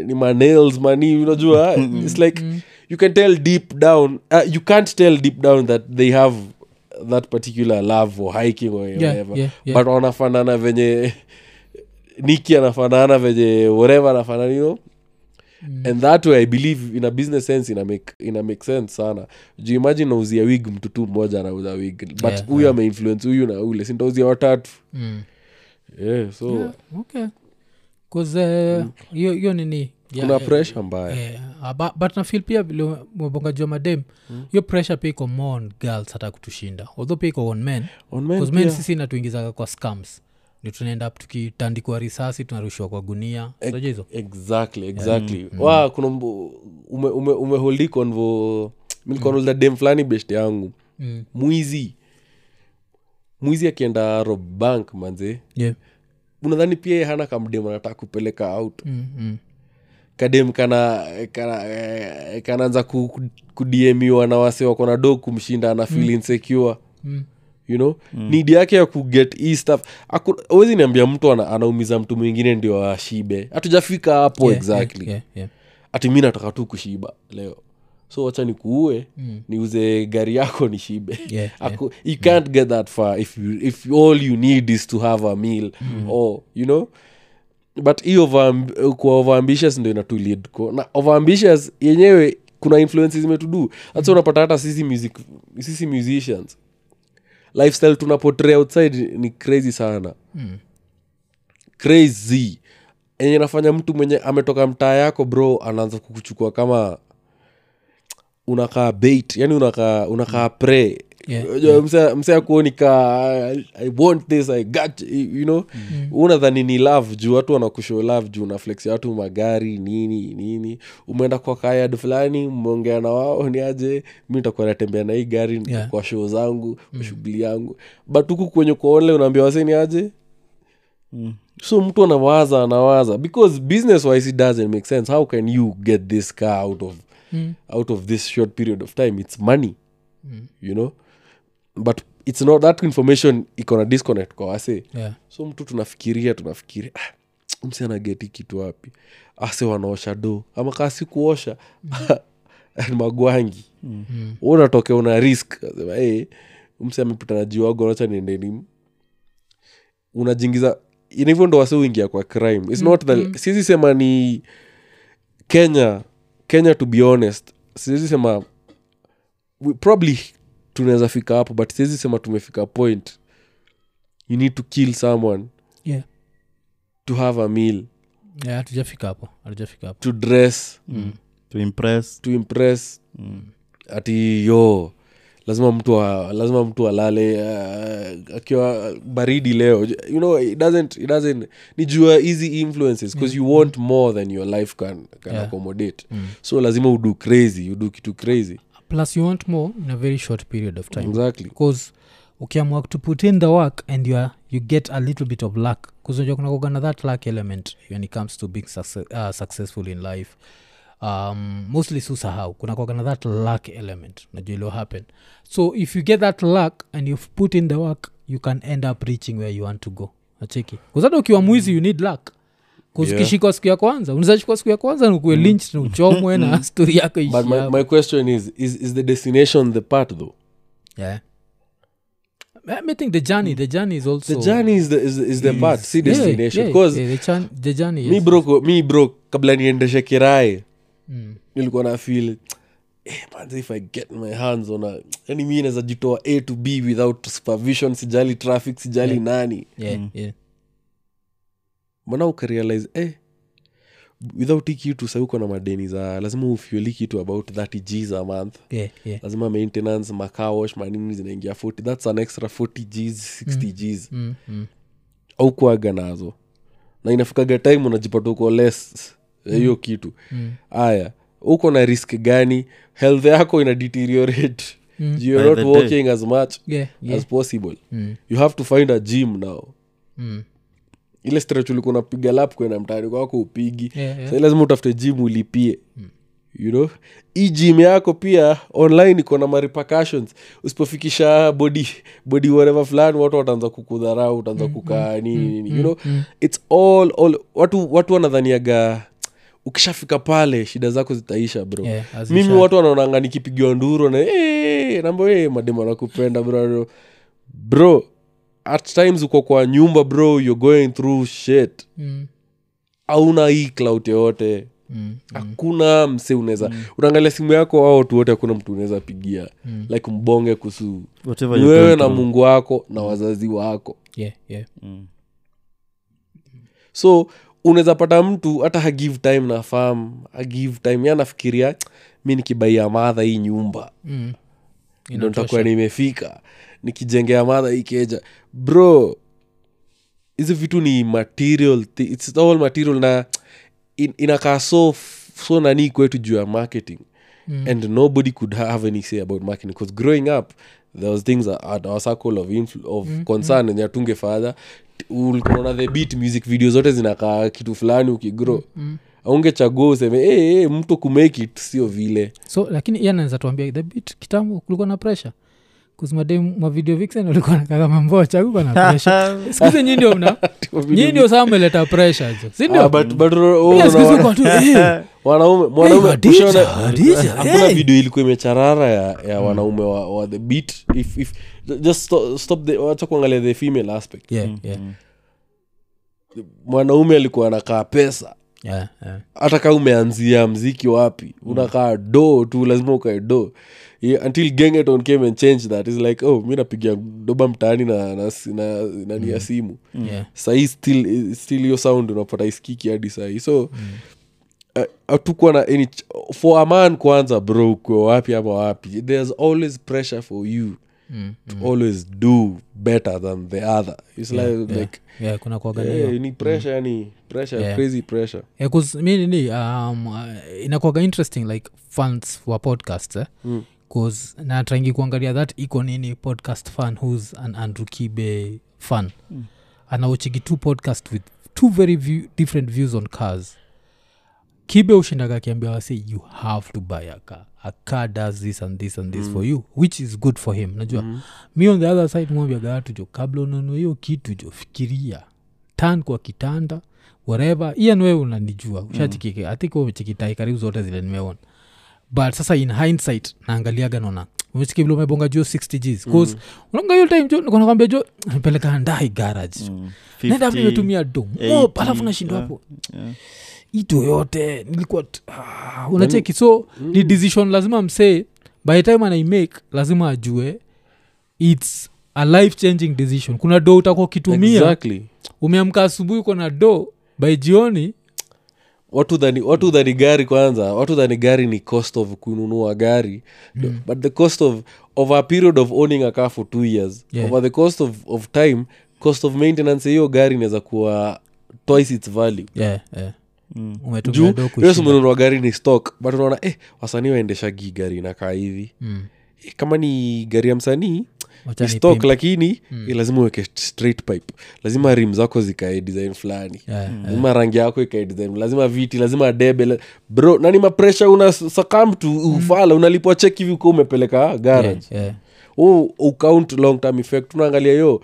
[SPEAKER 1] ni manails mani
[SPEAKER 2] <laughs>
[SPEAKER 1] unajua its like
[SPEAKER 2] Mm.
[SPEAKER 1] you can tell deep down uh, you can't tell deep down that they have that particular love or hiking or
[SPEAKER 2] Yeah,
[SPEAKER 1] whatever
[SPEAKER 2] yeah, yeah.
[SPEAKER 1] but wanafanana venye niki anafanana venye whatever anafanana you know?
[SPEAKER 2] Mm.
[SPEAKER 1] and that way i believe in a business sense ina make, ina make sense sana juu imagine nauzia wig mtu tu mmoja anauza wig but huyu
[SPEAKER 2] Yeah,
[SPEAKER 1] yeah. ameinfluence huyu na ule sintauzia watatu
[SPEAKER 2] Mm.
[SPEAKER 1] yeah, so
[SPEAKER 2] Yeah, okay. 'Cause, eh, hiyo hiyo nini Yeah,
[SPEAKER 1] Mm. kuna
[SPEAKER 2] yeah.
[SPEAKER 1] pressure mbaya
[SPEAKER 2] Eh, aba- but nafil pia vile umebonga jua madem hiyo pressure pia iko more on girls hata kutushinda although pia iko on men
[SPEAKER 1] On men
[SPEAKER 2] Because men
[SPEAKER 1] pia.
[SPEAKER 2] sisi inatuingizaga kwa scams ndio tunaenda up tukitandikwa risasi tunarushiwa kwa gunia unajua hizo
[SPEAKER 1] exactly exactly
[SPEAKER 2] Mm.
[SPEAKER 1] wa kuna mbo- ume, ume, umeholdi convo milkonolda dem fulani best yangu
[SPEAKER 2] Mm.
[SPEAKER 1] mwizi mwizi akienda rob bank manze
[SPEAKER 2] yeah.
[SPEAKER 1] unadhani pia yeye hana kamdem anataka kupeleka out
[SPEAKER 2] mm, mm.
[SPEAKER 1] kadem kana kana eh, kanaanza ku- ku- kudiemiwa na wase wako na do kumshinda ana feel insecure
[SPEAKER 2] Mm.
[SPEAKER 1] you know nidi yake ya kuget hii stuff awezi niambia mtu ana, anaumiza mtu mwingine ndio ashibe hatujafika hapo
[SPEAKER 2] Yeah,
[SPEAKER 1] exactly
[SPEAKER 2] yeah, yeah, yeah.
[SPEAKER 1] ati mi nataka tu kushiba leo so wacha nikuue
[SPEAKER 2] Mm.
[SPEAKER 1] niuze gari yako nishibe
[SPEAKER 2] Yeah,
[SPEAKER 1] <laughs> Aku, you can't get that far if, you, if all you need is to have a meal
[SPEAKER 2] Mm.
[SPEAKER 1] or you know but hii overamb- kwa overambitious ndo inatulead ko na overambitious yenyewe kuna influences imetudu hasa unapata hata sisi, music, sisi musicians lifestyle tunapotray outside ni crazy sana
[SPEAKER 2] Mm.
[SPEAKER 1] crazy enye nafanya mtu mwenye ametoka mtaa yako bro anaanza kukuchukua kama unakaa bait yani unakaa unakaa pre
[SPEAKER 2] Yeah,
[SPEAKER 1] msea kuoni ka "I- i want this i got you you know
[SPEAKER 2] Mm-hmm.
[SPEAKER 1] mm. unadhani ni love juu watu wanakushow love juu unaflexia watu magari nini nini umeenda kwa kayad fulani mmeongea na wao ni aje mi nitakuwa natembea na hii gari
[SPEAKER 2] Yeah. Mm.
[SPEAKER 1] kwa show zangu kwa shughuli yangu but huku kwenye kuonle unaambia wase ni aje
[SPEAKER 2] Mm.
[SPEAKER 1] so mtu anawaza anawaza because business wise it doesn't make sense how can you get this car out of
[SPEAKER 2] Mm.
[SPEAKER 1] out of this short period of time it's money
[SPEAKER 2] Mm.
[SPEAKER 1] you know but it's not that information ikona disconnect kwa wase
[SPEAKER 2] Yeah.
[SPEAKER 1] so mtu tunafikiria tunafikiria ah, msi anageti kitu wapi ase wanaosha do ama kaa si kuosha <laughs> ni magwangi
[SPEAKER 2] Mm.
[SPEAKER 1] Wewe unatokea una risk Unasema, "Hey, msi amepita na jiwago nacha niendeni unajiingiza Ina hivyo ndo wasi uingia kwa crime It's not the, siwezi sema ni kenya kenya to be honest siwezi sema we, probably tunaweza fika hapo but siwezi sema tumefika point you need to kill someone
[SPEAKER 2] Yeah.
[SPEAKER 1] to have a meal
[SPEAKER 2] Yeah, hatujafika hapo hatujafika hapo
[SPEAKER 1] to dress
[SPEAKER 3] Mm.
[SPEAKER 2] Mm.
[SPEAKER 3] to impress
[SPEAKER 1] to impress
[SPEAKER 3] mm.
[SPEAKER 1] ati yo lazima mtu a- lazima mtu alale uh, akiwa baridi leo you know it doesn't, it doesn't ni jua easy influences because you want more than your life can, can
[SPEAKER 2] Yeah.
[SPEAKER 1] accommodate
[SPEAKER 2] Mm.
[SPEAKER 1] so lazima udu crazy udu kitu crazy
[SPEAKER 2] plus you want more in a very short period of time
[SPEAKER 1] exactly
[SPEAKER 2] because ukiamua to put in the work and you, are, you get a little bit of luck kuzunja kuna kugana that luck element when it comes to being success, uh, successful in life um, mostly susahau kuna kugana that luck element najua ilo happen so if you get that luck and you've put in the work you can end up reaching where you want to go nacheki kuzata ukiwa mwizi you need luck
[SPEAKER 1] Yeah. Mm.
[SPEAKER 2] kuskishikwa siku ya kwanza unazashikwa siku ya kwanza nikuwe lynch na uchomwe na stori yako ishi
[SPEAKER 1] but my,
[SPEAKER 2] hapo.
[SPEAKER 1] my question is, is is the destination the part though
[SPEAKER 2] yeah I I think the journey, the journey is also Hmm.
[SPEAKER 1] the journey is the, is, is the part see
[SPEAKER 2] Yeah,
[SPEAKER 1] destination
[SPEAKER 2] yeah,
[SPEAKER 1] because
[SPEAKER 2] yeah, the, chan- the journey
[SPEAKER 1] mi
[SPEAKER 2] is-
[SPEAKER 1] bro ko- mi bro kabla niendeshe kirae
[SPEAKER 2] mm.
[SPEAKER 1] nilikuwa na feel eh, man, if i get my hands on a yani mi naweza jitoa a to b without supervision sijali traffic sijali
[SPEAKER 2] Yeah.
[SPEAKER 1] nani
[SPEAKER 2] yeah,
[SPEAKER 3] Mm.
[SPEAKER 2] yeah.
[SPEAKER 1] mbona ukarealize eh, without hii kitu sai uko na madeni za lazima ufueli kitu about 30 gs a month
[SPEAKER 2] Yeah, yeah.
[SPEAKER 1] lazima maintenance makawash manini zinaingia 40 thats an extra 40 gs 60 gs
[SPEAKER 2] Mm, mm.
[SPEAKER 1] au kuaga nazo na inafikaga time unajipata uko less ya
[SPEAKER 2] Mm.
[SPEAKER 1] hiyo kitu haya uko na risk gani health yako ina deteriorate
[SPEAKER 2] Mm.
[SPEAKER 1] you're
[SPEAKER 3] By
[SPEAKER 1] not
[SPEAKER 3] the
[SPEAKER 1] walking as much
[SPEAKER 2] Yeah, yeah.
[SPEAKER 1] as possible
[SPEAKER 2] Mm,
[SPEAKER 1] you have to find a gym now
[SPEAKER 2] mm.
[SPEAKER 1] ile stretch ulikuwa unapiga lap kwenda mtaani kwako upigi
[SPEAKER 2] Yeah, Mm. yeah.
[SPEAKER 1] Sasa lazima utafute gym ulipie you know hii gym yako pia online iko na marepercussions usipofikisha body body whatever fulani watu wataanza kukudharau
[SPEAKER 2] Mm,
[SPEAKER 1] utaanza kukaa nini nini you
[SPEAKER 2] Hmm,
[SPEAKER 1] know it's all, all watu watu wanadhaniaga ukishafika pale shida zako zitaisha bro
[SPEAKER 2] Yeah, as you
[SPEAKER 1] mimi
[SPEAKER 2] should.
[SPEAKER 1] watu wanaonanga nikipigiwa nduro na "Eh, namba hey, mademu anakupenda bro bro at times uko kwa nyumba bro you're going through shit
[SPEAKER 2] Mm,
[SPEAKER 1] hauna hii clout yoyote
[SPEAKER 2] mm.
[SPEAKER 1] hakuna mse unaweza unaangalia simu yako au watu wote hakuna mtu unaweza pigia
[SPEAKER 2] Mm.
[SPEAKER 1] like mbonge kuhusu
[SPEAKER 3] whatever
[SPEAKER 1] ni
[SPEAKER 3] you're
[SPEAKER 1] wewe
[SPEAKER 3] going
[SPEAKER 1] na
[SPEAKER 3] through.
[SPEAKER 1] mungu wako na wazazi wako
[SPEAKER 2] Yeah, yeah.
[SPEAKER 3] Mm.
[SPEAKER 1] so unaweza pata mtu hata hagive time na farm hagive time ya nafikiria mi nikibaia madha hii nyumba
[SPEAKER 2] Mm.
[SPEAKER 1] ndo nitakuwa nimefika nikijengea madha hii keja bro hizi vitu ni material thi- it's all material na in, inakaa so f- so nanii kwetu juu ya marketing
[SPEAKER 2] Mm.
[SPEAKER 1] and nobody could ha- have any say about marketing because growing up there was things a- at our circle of, influ- of concern enye atunge fadha ulikuona the beat music video zote zinakaa kitu fulani ukigrow mm. aungechagua useme hey, hey, mtu kumake it sio vile
[SPEAKER 2] so lakini iye naweza tuambia the bit kitambo kulikuwa na pressure kuzimade mavideo vixen walikuwa nakaga mambocha kulikuwa na pressure sikuzi nyi ndio mna nyi ndio saa mmeleta pressure jo
[SPEAKER 1] Ah,
[SPEAKER 2] sindio
[SPEAKER 1] but- but ro- oh,
[SPEAKER 2] Yes, <laughs>
[SPEAKER 1] unaona-
[SPEAKER 2] kulikuwa tu, eh,
[SPEAKER 1] wanaume mwanaume
[SPEAKER 2] Khadija,
[SPEAKER 1] ushaona-
[SPEAKER 2] Khadija,
[SPEAKER 1] <laughs> hakuna
[SPEAKER 2] hey. Mm.
[SPEAKER 1] video ilikuwa imecharara ya, ya wanaume wa, wa the beat if, if, just stop, stop the, wacha kuangalia the female aspect
[SPEAKER 2] yeah, yeah,
[SPEAKER 1] mwanaume alikuwa anakaa pesa
[SPEAKER 2] yeah, yeah.
[SPEAKER 1] hata kaa umeanzia mziki wapi
[SPEAKER 2] Mm.
[SPEAKER 1] unakaa do tu lazima ukae do yeah, until gengeton came and change that is like oh mi napiga doba mtaani na, na, na, nani
[SPEAKER 2] Mm.
[SPEAKER 1] ya simu
[SPEAKER 2] Yeah.
[SPEAKER 1] sahii still still hiyo sound unapata iskiki hadi sahii so hatukuwa mm. uh, na any ch- for a man kwanza bro ukwe wapi ama wapi there's always pressure for you
[SPEAKER 2] Mm,
[SPEAKER 1] to always do better than the other its yeah, like,
[SPEAKER 2] yeah,
[SPEAKER 1] like
[SPEAKER 2] yeah, kuna kuaganiyo
[SPEAKER 1] hey, ni pressure yani pressure
[SPEAKER 2] Yeah.
[SPEAKER 1] crazy pressure
[SPEAKER 2] Yeah, 'cause mi nini um, uh, inakuaga interesting like fans wa podcast eh?
[SPEAKER 1] Mm.
[SPEAKER 2] cause natrangi kuangalia that iko nini podcast fan who's an andrew kibe fan mm. anaochigi two podcast with two very view, different views on cars kibe ushindaga akiambia wase you have to buy a car a car does this and this and this mm. for you which is good for him najua mm. mi on the other side mwambiaga watu jo kabla unanua hiyo kitu jo fikiria tan kwa kitanda whatever ian wewe unanijua ushachikike mm. athik umechikitai karibu zote zile nimeona but sasa in hindsight naangaliaga naona umechiki vile umebonga juo 60 gs bcause unaonga hiyo time jo nilikuwa nakwambia jo nipeleka ndai garage jo
[SPEAKER 3] Mm.
[SPEAKER 2] nenda
[SPEAKER 3] 50,
[SPEAKER 2] nimetumia dom
[SPEAKER 3] 80,
[SPEAKER 2] alafu nashindwa
[SPEAKER 3] yeah,
[SPEAKER 2] hapo
[SPEAKER 3] yeah.
[SPEAKER 2] ito yote nilikuwa t- ah, unacheki so
[SPEAKER 1] Mm.
[SPEAKER 2] ni decision lazima msee by the time anaimake lazima ajue its a life changing decision kuna do utakuwa ukitumia
[SPEAKER 1] exactly
[SPEAKER 2] umeamka asubuhi uko na do by jioni
[SPEAKER 1] watu dhani watu dhani gari kwanza watu dhani gari ni cost of kununua gari mm. but the cost of of a period of owning a car for two years
[SPEAKER 2] Yeah.
[SPEAKER 1] over the cost of, of time cost of maintenance ya hiyo gari inaweza kuwa twice its value
[SPEAKER 2] yeah, yeah.
[SPEAKER 3] Mm.
[SPEAKER 2] umetumia
[SPEAKER 1] juu
[SPEAKER 2] do
[SPEAKER 1] yes
[SPEAKER 2] kushinda
[SPEAKER 1] umenunua gari ni stock but unaona eh wasanii waendesha gi gari inakaa hivi
[SPEAKER 2] Mm.
[SPEAKER 1] eh, kama ni gari ya msanii
[SPEAKER 2] Wacha Mm.
[SPEAKER 1] ni
[SPEAKER 2] ni
[SPEAKER 1] stock
[SPEAKER 2] pimp.
[SPEAKER 1] lakini eh, lazima uweke straight pipe lazima rim zako zikae design fulani
[SPEAKER 2] Yeah, yeah.
[SPEAKER 1] Eh. lazima rangi yako ikae design lazima viti lazima debe la- bro nani mapresha una sakam tu ufala unalipwa cheki hivi uko umepeleka ah, garage Oh,
[SPEAKER 2] Yeah, yeah.
[SPEAKER 1] u ukaunt long term effect unaangalia yo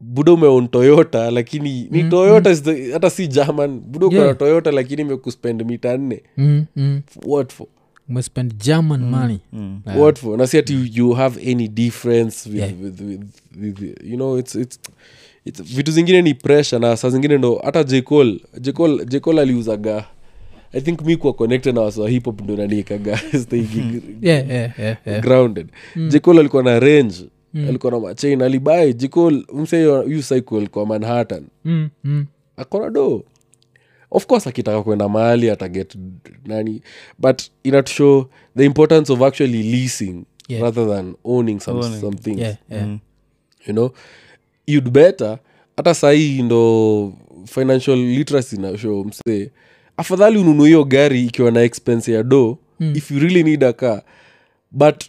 [SPEAKER 1] buda umeon toyota lakini ni toyota is the- hata si german buda ukona
[SPEAKER 2] Yeah.
[SPEAKER 1] toyota lakini imekuspend mita nne
[SPEAKER 2] Mm, mm.
[SPEAKER 1] what for
[SPEAKER 2] umespend german money
[SPEAKER 3] Mm.
[SPEAKER 2] Yeah. Mm.
[SPEAKER 1] what for na si ati you- you have any difference with,
[SPEAKER 2] Yeah.
[SPEAKER 1] with, with, with, you know it's, it's, it's vitu zingine ni pressure na saa zingine ndo hata jcol jcol aliuzaga i think mi kuwa connected na wasi wa hip hop ndo naniikaga <laughs> staigi
[SPEAKER 2] yeah, yeah, Mm-hmm. yeah, yeah.
[SPEAKER 1] grounded
[SPEAKER 2] Mm,
[SPEAKER 1] jikol alikuwa na range
[SPEAKER 2] mm,
[SPEAKER 1] alikuwa na machain alibai jikol mseyucycle alikuwa manhattan
[SPEAKER 2] mm, mm,
[SPEAKER 1] akona do of course akitaka kwenda mahali ataget nani but inatushow the importance of actually leasing
[SPEAKER 2] Yeah.
[SPEAKER 1] rather than owning some,
[SPEAKER 3] Owning.
[SPEAKER 1] some things
[SPEAKER 2] yeah, yeah.
[SPEAKER 3] Mm.
[SPEAKER 1] you know you'd better hata sahii ndo financial literacy na show msee afadhali ununue hiyo gari ikiwa na expense ya do
[SPEAKER 2] Mm.
[SPEAKER 1] if you really need a car but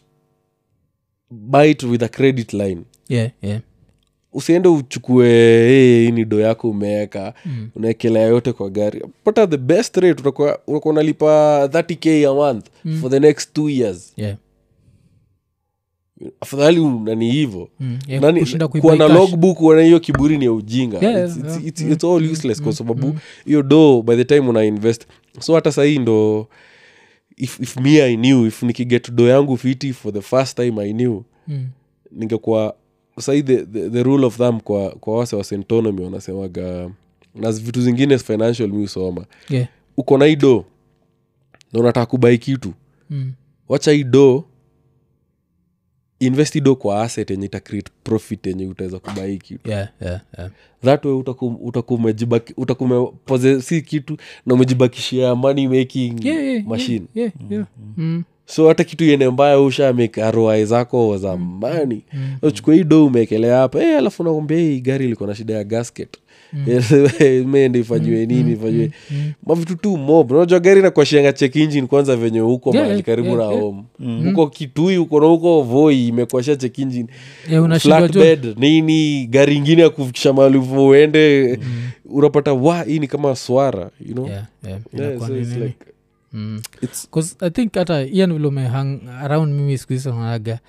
[SPEAKER 1] buy it with a credit line
[SPEAKER 2] Yeah, yeah.
[SPEAKER 1] usiende uchukue hey, hii ni do yako umeweka
[SPEAKER 2] Mm.
[SPEAKER 1] unaekelea yote kwa gari pata the best rate utakuwa utakuwa unalipa 30k a month
[SPEAKER 2] Mm.
[SPEAKER 1] for the next two years
[SPEAKER 2] Yeah.
[SPEAKER 1] afadhali unani hivo
[SPEAKER 2] Mm. Yeah,
[SPEAKER 1] Nani-
[SPEAKER 2] kushinda
[SPEAKER 1] kuwa
[SPEAKER 2] kuibuy
[SPEAKER 1] na
[SPEAKER 2] cash.
[SPEAKER 1] logbook wana hiyo kiburi ni ya ujinga
[SPEAKER 2] Yeah,
[SPEAKER 1] it's, it's,
[SPEAKER 2] yeah.
[SPEAKER 1] it's,
[SPEAKER 2] Mm,
[SPEAKER 1] it's all useless kwa
[SPEAKER 2] mm,
[SPEAKER 1] sababu hiyo do by the time una invest so hata sahii ndo if, if me i knew if nikiget do yangu fiti for the first time i knew
[SPEAKER 2] Mm.
[SPEAKER 1] ningekuwa sahii the, the, the rule of thumb kwa, kwa wase wa sentonomy wanasemaga na vitu zingine financial mi usoma
[SPEAKER 2] Yeah.
[SPEAKER 1] uko na hii do na unataka kubai kitu
[SPEAKER 2] Mm.
[SPEAKER 1] wacha hii do invest hii do kwa asset yenye ita create profit yenye utaweza kubai hii kitu
[SPEAKER 2] Yeah, yeah, yeah.
[SPEAKER 1] that way utaku- utaku umejibaki- utaku umepose- si kitu na umejibakishia money making
[SPEAKER 2] Yeah, yeah, yeah,
[SPEAKER 1] machine
[SPEAKER 2] yeah, yeah. Mm,
[SPEAKER 1] so hata kitu yene mbaya usha make ROI zako za mbani
[SPEAKER 2] mm.
[SPEAKER 1] chukua hii do umeekelea hapa Eh, alafu nakwambia hii gari ilikuwa na shida ya gasket <laughs>
[SPEAKER 2] Mm-hmm.
[SPEAKER 1] meende ifanyiwe nini ifanyiwe mavitu tu mob unajua gari nakwashianga check engine kwanza venye huko
[SPEAKER 2] Yeah,
[SPEAKER 1] mahali
[SPEAKER 2] yeah,
[SPEAKER 1] karibu
[SPEAKER 2] yeah, Mm-hmm.
[SPEAKER 1] na
[SPEAKER 2] yeah.
[SPEAKER 1] home huko kitui huko na huko voi imekwashia check engine
[SPEAKER 2] Yeah, unashindwa tu-
[SPEAKER 1] flatbed nini gari ingine ya kufikisha mahali uvo uende unapata wa hii ni kama swara you know
[SPEAKER 2] Mm-hmm. Yeah, yeah.
[SPEAKER 1] Yeah,
[SPEAKER 2] Inakuwa
[SPEAKER 1] so
[SPEAKER 2] ni
[SPEAKER 1] it's
[SPEAKER 2] nini?
[SPEAKER 1] like,
[SPEAKER 2] Mm.
[SPEAKER 1] it's-
[SPEAKER 2] 'Cause i think hata ian vile umehang around mimi siku hizi naonaga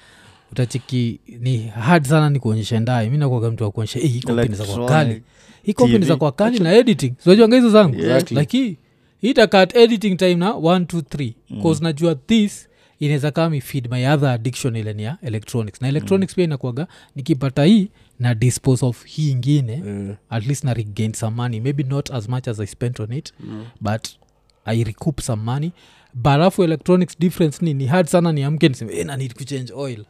[SPEAKER 2] utachiki ni hard sana ni kuonyesha ndaye mi nakuaga mtu wa kuonyesha "Eh, hii kompeni za kwa kali
[SPEAKER 3] Electronic.
[SPEAKER 2] hii kompeni za
[SPEAKER 3] TV.
[SPEAKER 2] kwa kali na editing zinajuanga hizo zangu
[SPEAKER 1] Exactly.
[SPEAKER 2] like hii hii itakat editing time na 123 bcause najua this inaweza kama mi feed my other addiction ile ni ya electronics na electronics pia inakuaga nikipata hii na dispose of hii ingine
[SPEAKER 1] eh,
[SPEAKER 2] at least na regain some money maybe not as much as i spent on it but i recoup some money barafu electronics difference ni ni hard sana niamke niseme "Eh, na need kuchange oil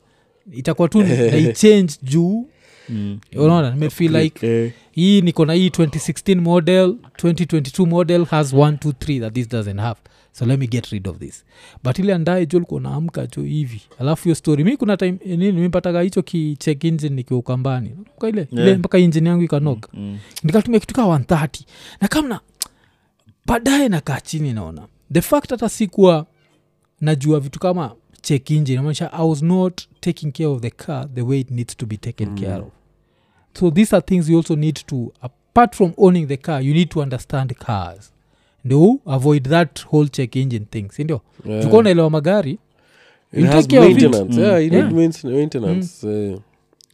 [SPEAKER 2] itakuwa tu ni- naichange juu
[SPEAKER 3] Mm.
[SPEAKER 2] unaona nimefeel like
[SPEAKER 1] eh,
[SPEAKER 2] hii niko na hii 2016 model 2022 model has 123 that this doesn't have so let me get rid of this but ile andae jo likuwa naamka jo hivi alafu hiyo story mi kuna time eh, nini nimepataga hicho ki check engine nikiwa ukambani Nakumbuka ile ile
[SPEAKER 3] Yeah.
[SPEAKER 2] mpaka engine yangu ikanoka
[SPEAKER 3] Mm.
[SPEAKER 2] nikatumia kitu kaa 130 na kamna baadaye nakaa chini naona the fact hata sikuwa najua vitu kama check engine inamaanisha i was not taking care of the car the way it needs to be taken mm. care of so these are things you also need to apart from owning the car you need to understand cars ndo avoid that whole check engine thing sindio
[SPEAKER 1] eh.
[SPEAKER 2] yeah. unaelewa magari
[SPEAKER 1] It
[SPEAKER 2] You'll
[SPEAKER 1] has
[SPEAKER 2] take care of it.
[SPEAKER 1] maintenance.
[SPEAKER 3] Mm.
[SPEAKER 1] Yeah, you
[SPEAKER 2] Yeah. Mm.
[SPEAKER 1] need mainten- maintenance. Eh,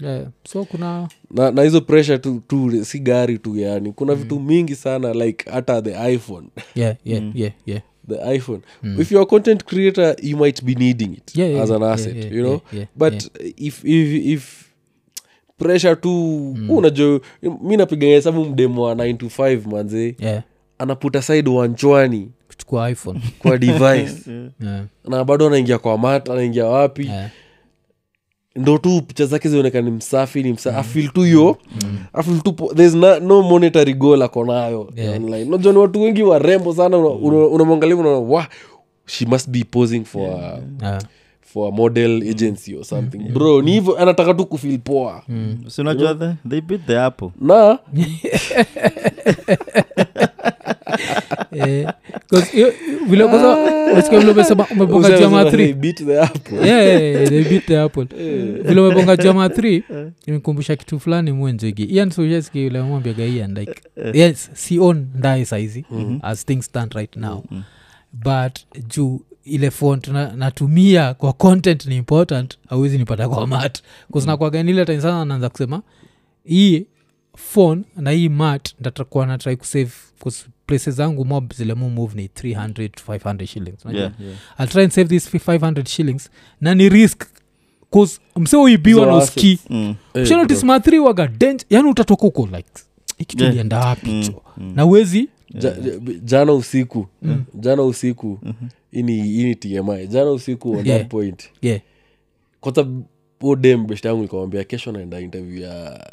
[SPEAKER 2] yeah. so kuna
[SPEAKER 1] na na hizo pressure tu, tu si gari tu yani kuna vitu
[SPEAKER 2] Mm.
[SPEAKER 1] mingi sana like hata the iphone <laughs>
[SPEAKER 2] yeah, yeah,
[SPEAKER 1] Mm.
[SPEAKER 2] yeah, yeah.
[SPEAKER 1] the iphone if you're a content creator you might be needing it
[SPEAKER 2] Mm. Yeah, yeah,
[SPEAKER 1] as an
[SPEAKER 2] yeah,
[SPEAKER 1] asset
[SPEAKER 2] yeah,
[SPEAKER 1] you know
[SPEAKER 2] yeah, yeah,
[SPEAKER 1] but if if if pressure tu
[SPEAKER 2] Mm.
[SPEAKER 1] unajua mi napiga hesabu mdemo wa 9 to 5 manze
[SPEAKER 2] yeah.
[SPEAKER 1] anaputa side wanchwani
[SPEAKER 2] kuchukua iphone <laughs>
[SPEAKER 1] kwa device
[SPEAKER 3] Yeah.
[SPEAKER 2] yeah.
[SPEAKER 1] na bado anaingia kwa mat anaingia wapi
[SPEAKER 2] yeah.
[SPEAKER 1] ndo tu picha zake zionekani msafi ni msafi afil tu hiyo afil tu po- there's na, no monetary goal ako nayo
[SPEAKER 2] Yeah.
[SPEAKER 1] online unajua ni watu wengi warembo sana una- una- unamwangalia unaona wa she must be posing for a,
[SPEAKER 2] yeah.
[SPEAKER 1] for a model agency or something bro ni hivyo anataka tu kufil poa
[SPEAKER 2] Mm.
[SPEAKER 3] Si unajua the- they beat the apple
[SPEAKER 1] na
[SPEAKER 2] Eh, 'cause hiyo- vile kwanza unasikia vile umesema umeponga
[SPEAKER 1] Useme-
[SPEAKER 2] jama
[SPEAKER 1] useme,
[SPEAKER 2] 3
[SPEAKER 1] beat the apple.
[SPEAKER 2] <laughs> vile umeponga jama 3 imekumbusha kitu fulani mwenjegi iansujeski ule mwambiaga ian like yes si on ndaye saizi as things stand right now but juu ile font na, natumia kwa content ni important awezi nipata kwa mat kusinakwagaanile time sana naanza kusema hii phone na hii mat ndatakuwa na try kusave 'cause places zangu mob zile mu move ni 300 to 500 shillings unajua?
[SPEAKER 3] Yeah, yeah.
[SPEAKER 2] I'll try and save this 500 shillings na ni risk bcause mse uibiwa
[SPEAKER 1] Hizo
[SPEAKER 2] na uski
[SPEAKER 3] Mm.
[SPEAKER 1] Eh, bro.
[SPEAKER 2] shanotismathri waga denj yani utatoka huko Yaani like ikitu
[SPEAKER 3] Yeah.
[SPEAKER 2] lienda wapi
[SPEAKER 3] Mm,
[SPEAKER 2] cho na uwezi
[SPEAKER 1] ja, ja, jana usiku
[SPEAKER 2] Mm.
[SPEAKER 1] jana usiku ini ini tmi jana usiku on
[SPEAKER 2] Mm-hmm. Yeah.
[SPEAKER 1] that point
[SPEAKER 2] yeah.
[SPEAKER 1] kwanza huo dem best yangu nikamwambia kesho naenda interview ya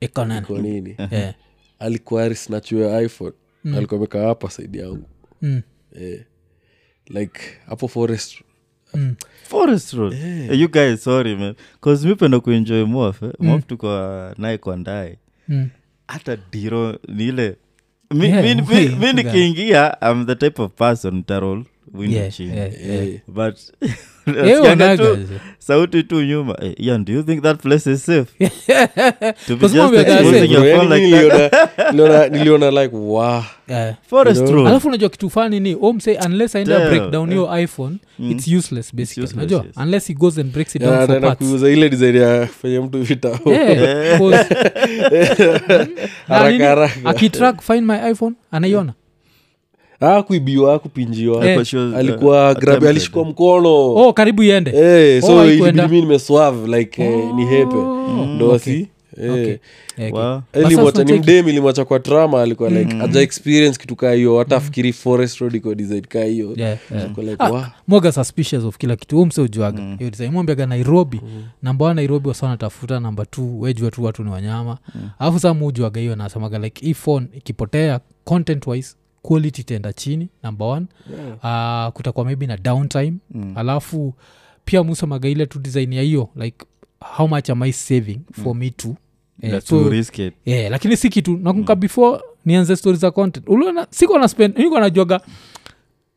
[SPEAKER 2] Iko nani?
[SPEAKER 1] iko nini
[SPEAKER 2] Yeah.
[SPEAKER 1] alikuwa arisnachuo iphone alikuwa amekaa hapa saidi yangu
[SPEAKER 2] Mm.
[SPEAKER 1] eh. like hapo forest
[SPEAKER 3] forest road Eh, you guys sorry man cause mi penda kuenjoy mof eh? mof tuko naye kwa ndae
[SPEAKER 2] Mm.
[SPEAKER 3] hata diro ni ile mi,
[SPEAKER 2] Yeah,
[SPEAKER 3] mi, mi,
[SPEAKER 2] we-
[SPEAKER 3] mi nikiingia im the type of person tarol window
[SPEAKER 2] Yeah,
[SPEAKER 3] chini
[SPEAKER 2] yeah, yeah.
[SPEAKER 1] eh.
[SPEAKER 3] but <laughs>
[SPEAKER 2] Eh,
[SPEAKER 3] nasikianga tu
[SPEAKER 2] wanaga.
[SPEAKER 3] sauti tu nyuma Eh, Ian, do you think that place is safe
[SPEAKER 2] <laughs>
[SPEAKER 3] to be
[SPEAKER 2] Kwa sababu
[SPEAKER 3] just
[SPEAKER 2] ya guys,
[SPEAKER 3] exposing your
[SPEAKER 1] Bro,
[SPEAKER 3] phone
[SPEAKER 1] yani
[SPEAKER 3] like that
[SPEAKER 1] niliona- <laughs> niliona- niliona like wa
[SPEAKER 2] Yeah.
[SPEAKER 3] forest
[SPEAKER 1] You know?
[SPEAKER 3] road
[SPEAKER 2] alafu unajua kitu fani ni omse unless aenda
[SPEAKER 3] Tell.
[SPEAKER 2] break down hiyo iphone its useless basically
[SPEAKER 3] eh. Mm. useless,
[SPEAKER 2] unajua
[SPEAKER 3] yes.
[SPEAKER 2] unless he goes and breaks it down for
[SPEAKER 1] anaenda
[SPEAKER 2] parts
[SPEAKER 1] kuuza ile design ya fenye mtu vita
[SPEAKER 3] <laughs>
[SPEAKER 2] Yeah, because- Na
[SPEAKER 1] <laughs> Haraka,
[SPEAKER 2] nini?
[SPEAKER 1] haraka.
[SPEAKER 2] akitrack find my iphone anaiona
[SPEAKER 1] Ah, kuibiwa kupinjiwa
[SPEAKER 2] Eh.
[SPEAKER 3] She was, uh,
[SPEAKER 1] alikuwa grabi
[SPEAKER 3] attempted.
[SPEAKER 1] alishikwa mkono
[SPEAKER 2] oh karibu iende
[SPEAKER 1] Eh,
[SPEAKER 2] Oh,
[SPEAKER 1] so
[SPEAKER 2] haikuenda.
[SPEAKER 1] ilibidi mi nimeswave like eh, ni hepe ndo
[SPEAKER 3] Mm,
[SPEAKER 1] si eh.
[SPEAKER 2] Yeah, okay.
[SPEAKER 3] Wow.
[SPEAKER 1] Eh,
[SPEAKER 2] But
[SPEAKER 1] ilimwacha-
[SPEAKER 2] sasa
[SPEAKER 1] ni
[SPEAKER 2] unacheki- Mm.
[SPEAKER 1] mdem ilimwacha kwa trama alikuwa like aja experience kitu kaa hiyo hata fikiri forest road iko design kaa hiyo
[SPEAKER 2] Yeah, yeah.
[SPEAKER 1] Alikuwa like,
[SPEAKER 2] Ah,
[SPEAKER 1] "Wow."
[SPEAKER 2] mwaga suspicious of kila kitu umse ujuaga hiyo design mwambiaga nairobi namba wa nairobi wasa wanatafuta namba t wejua tu watu ni wanyama alafu saa muujuaga hiyo nasemaga like hii phone ikipotea content wise quality itaenda chini namba one Ah, kutakuwa maybe na downtime
[SPEAKER 3] Mm.
[SPEAKER 1] Mm.
[SPEAKER 3] Ah,
[SPEAKER 2] alafu pia musemaga ile tu design ya hiyo like how much am i saving for me to Eh,
[SPEAKER 3] That's
[SPEAKER 2] so-
[SPEAKER 3] too risky.
[SPEAKER 2] yeah, lakini si kitu nakumka mm. before nianze stori za content uliona siko na spend niko najuaga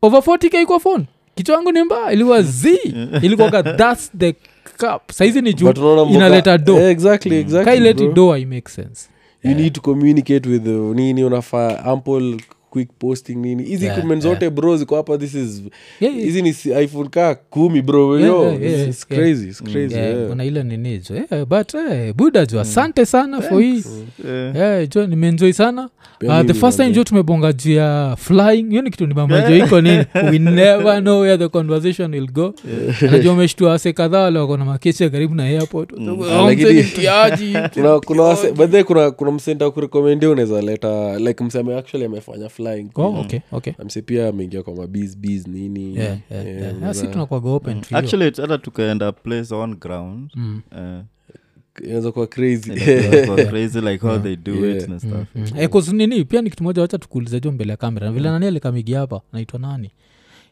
[SPEAKER 2] over 40k kwa phone kichwa yangu ni mbaya ilikuwa
[SPEAKER 1] <laughs>
[SPEAKER 2] z ilikuwaga thats the cup saizi ni juu
[SPEAKER 1] But unaona mboka-
[SPEAKER 2] inaleta Mm. do
[SPEAKER 1] Eh, exactly, exactly,
[SPEAKER 2] kaileti
[SPEAKER 1] bro.
[SPEAKER 2] do i make sense
[SPEAKER 1] you need to communicate with uh, nini unafaa ample quick posting nini hizi
[SPEAKER 2] Yeah,
[SPEAKER 1] equipment
[SPEAKER 2] yeah.
[SPEAKER 1] zote bro ziko hapa this is
[SPEAKER 2] Yeah, yeah.
[SPEAKER 1] hizi ni si- iphone kaa kumi bro
[SPEAKER 2] Yeah,
[SPEAKER 1] yo
[SPEAKER 2] yeah, yeah,
[SPEAKER 1] it's
[SPEAKER 2] yeah.
[SPEAKER 1] crazy it's crazy
[SPEAKER 2] Yeah,
[SPEAKER 1] yeah. Mm.
[SPEAKER 2] kuna ile ninijo yeah, but eh, buda jo asante sana for hii
[SPEAKER 3] Eh.
[SPEAKER 2] yeah, jo nimeenjoy sana
[SPEAKER 1] Pia
[SPEAKER 2] uh, the
[SPEAKER 1] mimi
[SPEAKER 2] first time
[SPEAKER 1] nimeambia.
[SPEAKER 2] jo tumebonga juu ya flying hiyo ni kitu nibambajo iko nini we never know where the conversation will go najua umeshtua wase kadhaa wale wako na makechi ya karibu na airport
[SPEAKER 1] Ah,
[SPEAKER 2] Wao
[SPEAKER 1] lakini-
[SPEAKER 2] mzee ni mtiaji.
[SPEAKER 1] <laughs> kuna kuna wase- by the way, kuna kuna msenta kurekomendia unaweza leta like mseme actually amefanya flying
[SPEAKER 2] Oh, okay, okay.
[SPEAKER 1] Na mse pia ameingia kwa mabsbs nini
[SPEAKER 2] Yeah, yeah,
[SPEAKER 1] Eh,
[SPEAKER 2] yeah. Ah,
[SPEAKER 1] unaweza-
[SPEAKER 2] si tunakwaga open Mm. to hiyo.
[SPEAKER 3] Mm. actually it's hata tukaenda place on ground
[SPEAKER 1] <laughs>
[SPEAKER 3] eh,
[SPEAKER 1] inaweza kuwa crazy
[SPEAKER 2] Eh,
[SPEAKER 1] <laughs> Ah,
[SPEAKER 3] inakuwa crazy like how they do
[SPEAKER 1] Yeah. Mm-hmm.
[SPEAKER 3] it na stuff
[SPEAKER 2] Mm. Eh, 'cause nini pia ni kitu moja wacha tukuuliza jo mbele ya kamera Na vile nani alikamigi hapa naitwa nani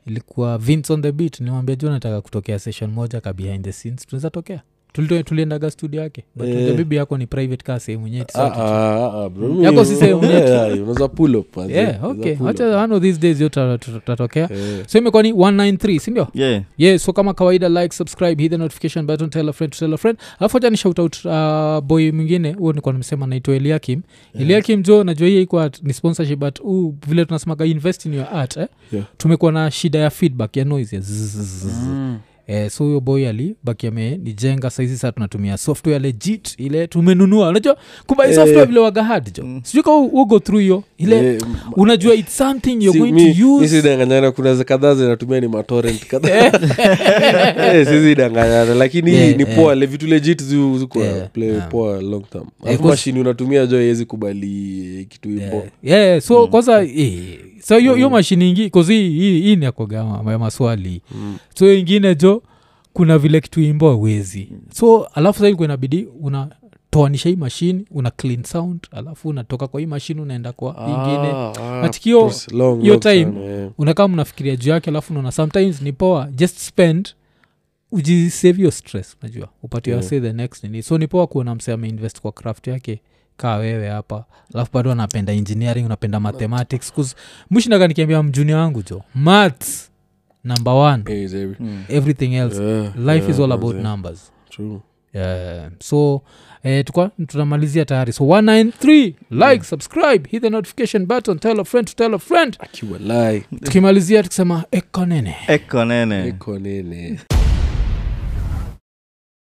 [SPEAKER 2] ilikuwa vince on the beat nilimwambia jo nataka kutokea session moja ka behind the scenes tunaweza tokea Tulito- tuliendaga studio yake but
[SPEAKER 1] Eh.
[SPEAKER 2] unajua bibi yako ni private kaa sehemu yenyewe it's
[SPEAKER 1] Ah,
[SPEAKER 2] out.
[SPEAKER 1] ah, ah, bro, mimi-
[SPEAKER 2] Yako
[SPEAKER 1] <laughs>
[SPEAKER 2] si sehemu
[SPEAKER 1] Yeah,
[SPEAKER 2] yetu.
[SPEAKER 1] yeah, unaweza pull up, manze.
[SPEAKER 2] Yeah,
[SPEAKER 1] Unaweza
[SPEAKER 2] okay.
[SPEAKER 1] pull
[SPEAKER 2] Wacha
[SPEAKER 1] up.
[SPEAKER 2] one of these days yo tuta- tuta- tutatokea
[SPEAKER 1] Eh.
[SPEAKER 2] so imekuwa ni 193 sindio
[SPEAKER 3] yeah
[SPEAKER 2] yeah so kama kawaida like subscribe hit the notification button tell a friend to tell a friend alafu acha ni shout out uh, boy mwingine huo nikuwa nimesema naitwa eliakim eliakim jo najua hii ikuwa ni sponsorship but uh, vile tunasemaga invest in your art eh?
[SPEAKER 1] Yeah. Mm.
[SPEAKER 2] tumekuwa na shida ya feedback ya noise ya zzzz. Eh, so huyo boy alibaki amenijenga saizi saa tunatumia software legit ile tumenunua unajua kubai
[SPEAKER 1] Eh. Mm.
[SPEAKER 2] software vile wagahad jo sijui ka ugo through hiyo ile
[SPEAKER 1] Eh, m-
[SPEAKER 2] unajua its something you're
[SPEAKER 1] si-
[SPEAKER 2] going
[SPEAKER 1] mi-
[SPEAKER 2] to
[SPEAKER 1] mi
[SPEAKER 2] use
[SPEAKER 1] sidanganyana kuna za kadhaa zinatumia ni matorent kadhaa <laughs> Eh, sizi danganyana lakini
[SPEAKER 2] Yeah,
[SPEAKER 1] ni
[SPEAKER 2] yeah.
[SPEAKER 1] poa le vitu legit zi- ziko
[SPEAKER 2] Yeah,
[SPEAKER 1] play
[SPEAKER 2] yeah. Eh,
[SPEAKER 1] poa long term alafu
[SPEAKER 2] cause-
[SPEAKER 1] mashini unatumia jo iwezi kubali kitu imbo
[SPEAKER 2] yeah, so kwanza eh, so hiyo hiyo mashini ingi kozi hii hii ni yakoga ma- ya maswali so ingine jo kuna vile kitu imbo awezi so alafu sahii inabidi unatoanisha hii mashini una clean sound alafu unatoka kwa hii mashini unaenda kwa
[SPEAKER 1] Ah,
[SPEAKER 2] ingine Matikio, hiyo time,
[SPEAKER 1] eh.
[SPEAKER 2] unakaa mnafikiria juu yake alafu unaona sometimes ni poa just spend ujisave your stress najua upati
[SPEAKER 1] Yeah.
[SPEAKER 2] yeah. the next nini so ni poa kuona mse ameinvest kwa craft yake kaa wewe hapa alafu bado anapenda engineering unapenda mathematics cause mshindaga nikiambia mjuni wangu jo maths number one
[SPEAKER 1] Eh, Mm.
[SPEAKER 2] everything else life is all about numbers Yeah. so eh, tuka tunamalizia tayari so 193 like subscribe hit the notification button tell a friend to tell a friend "Eh,
[SPEAKER 1] akiwalai
[SPEAKER 2] tukimalizia tukisema ekonene
[SPEAKER 3] ekonene
[SPEAKER 1] ekonene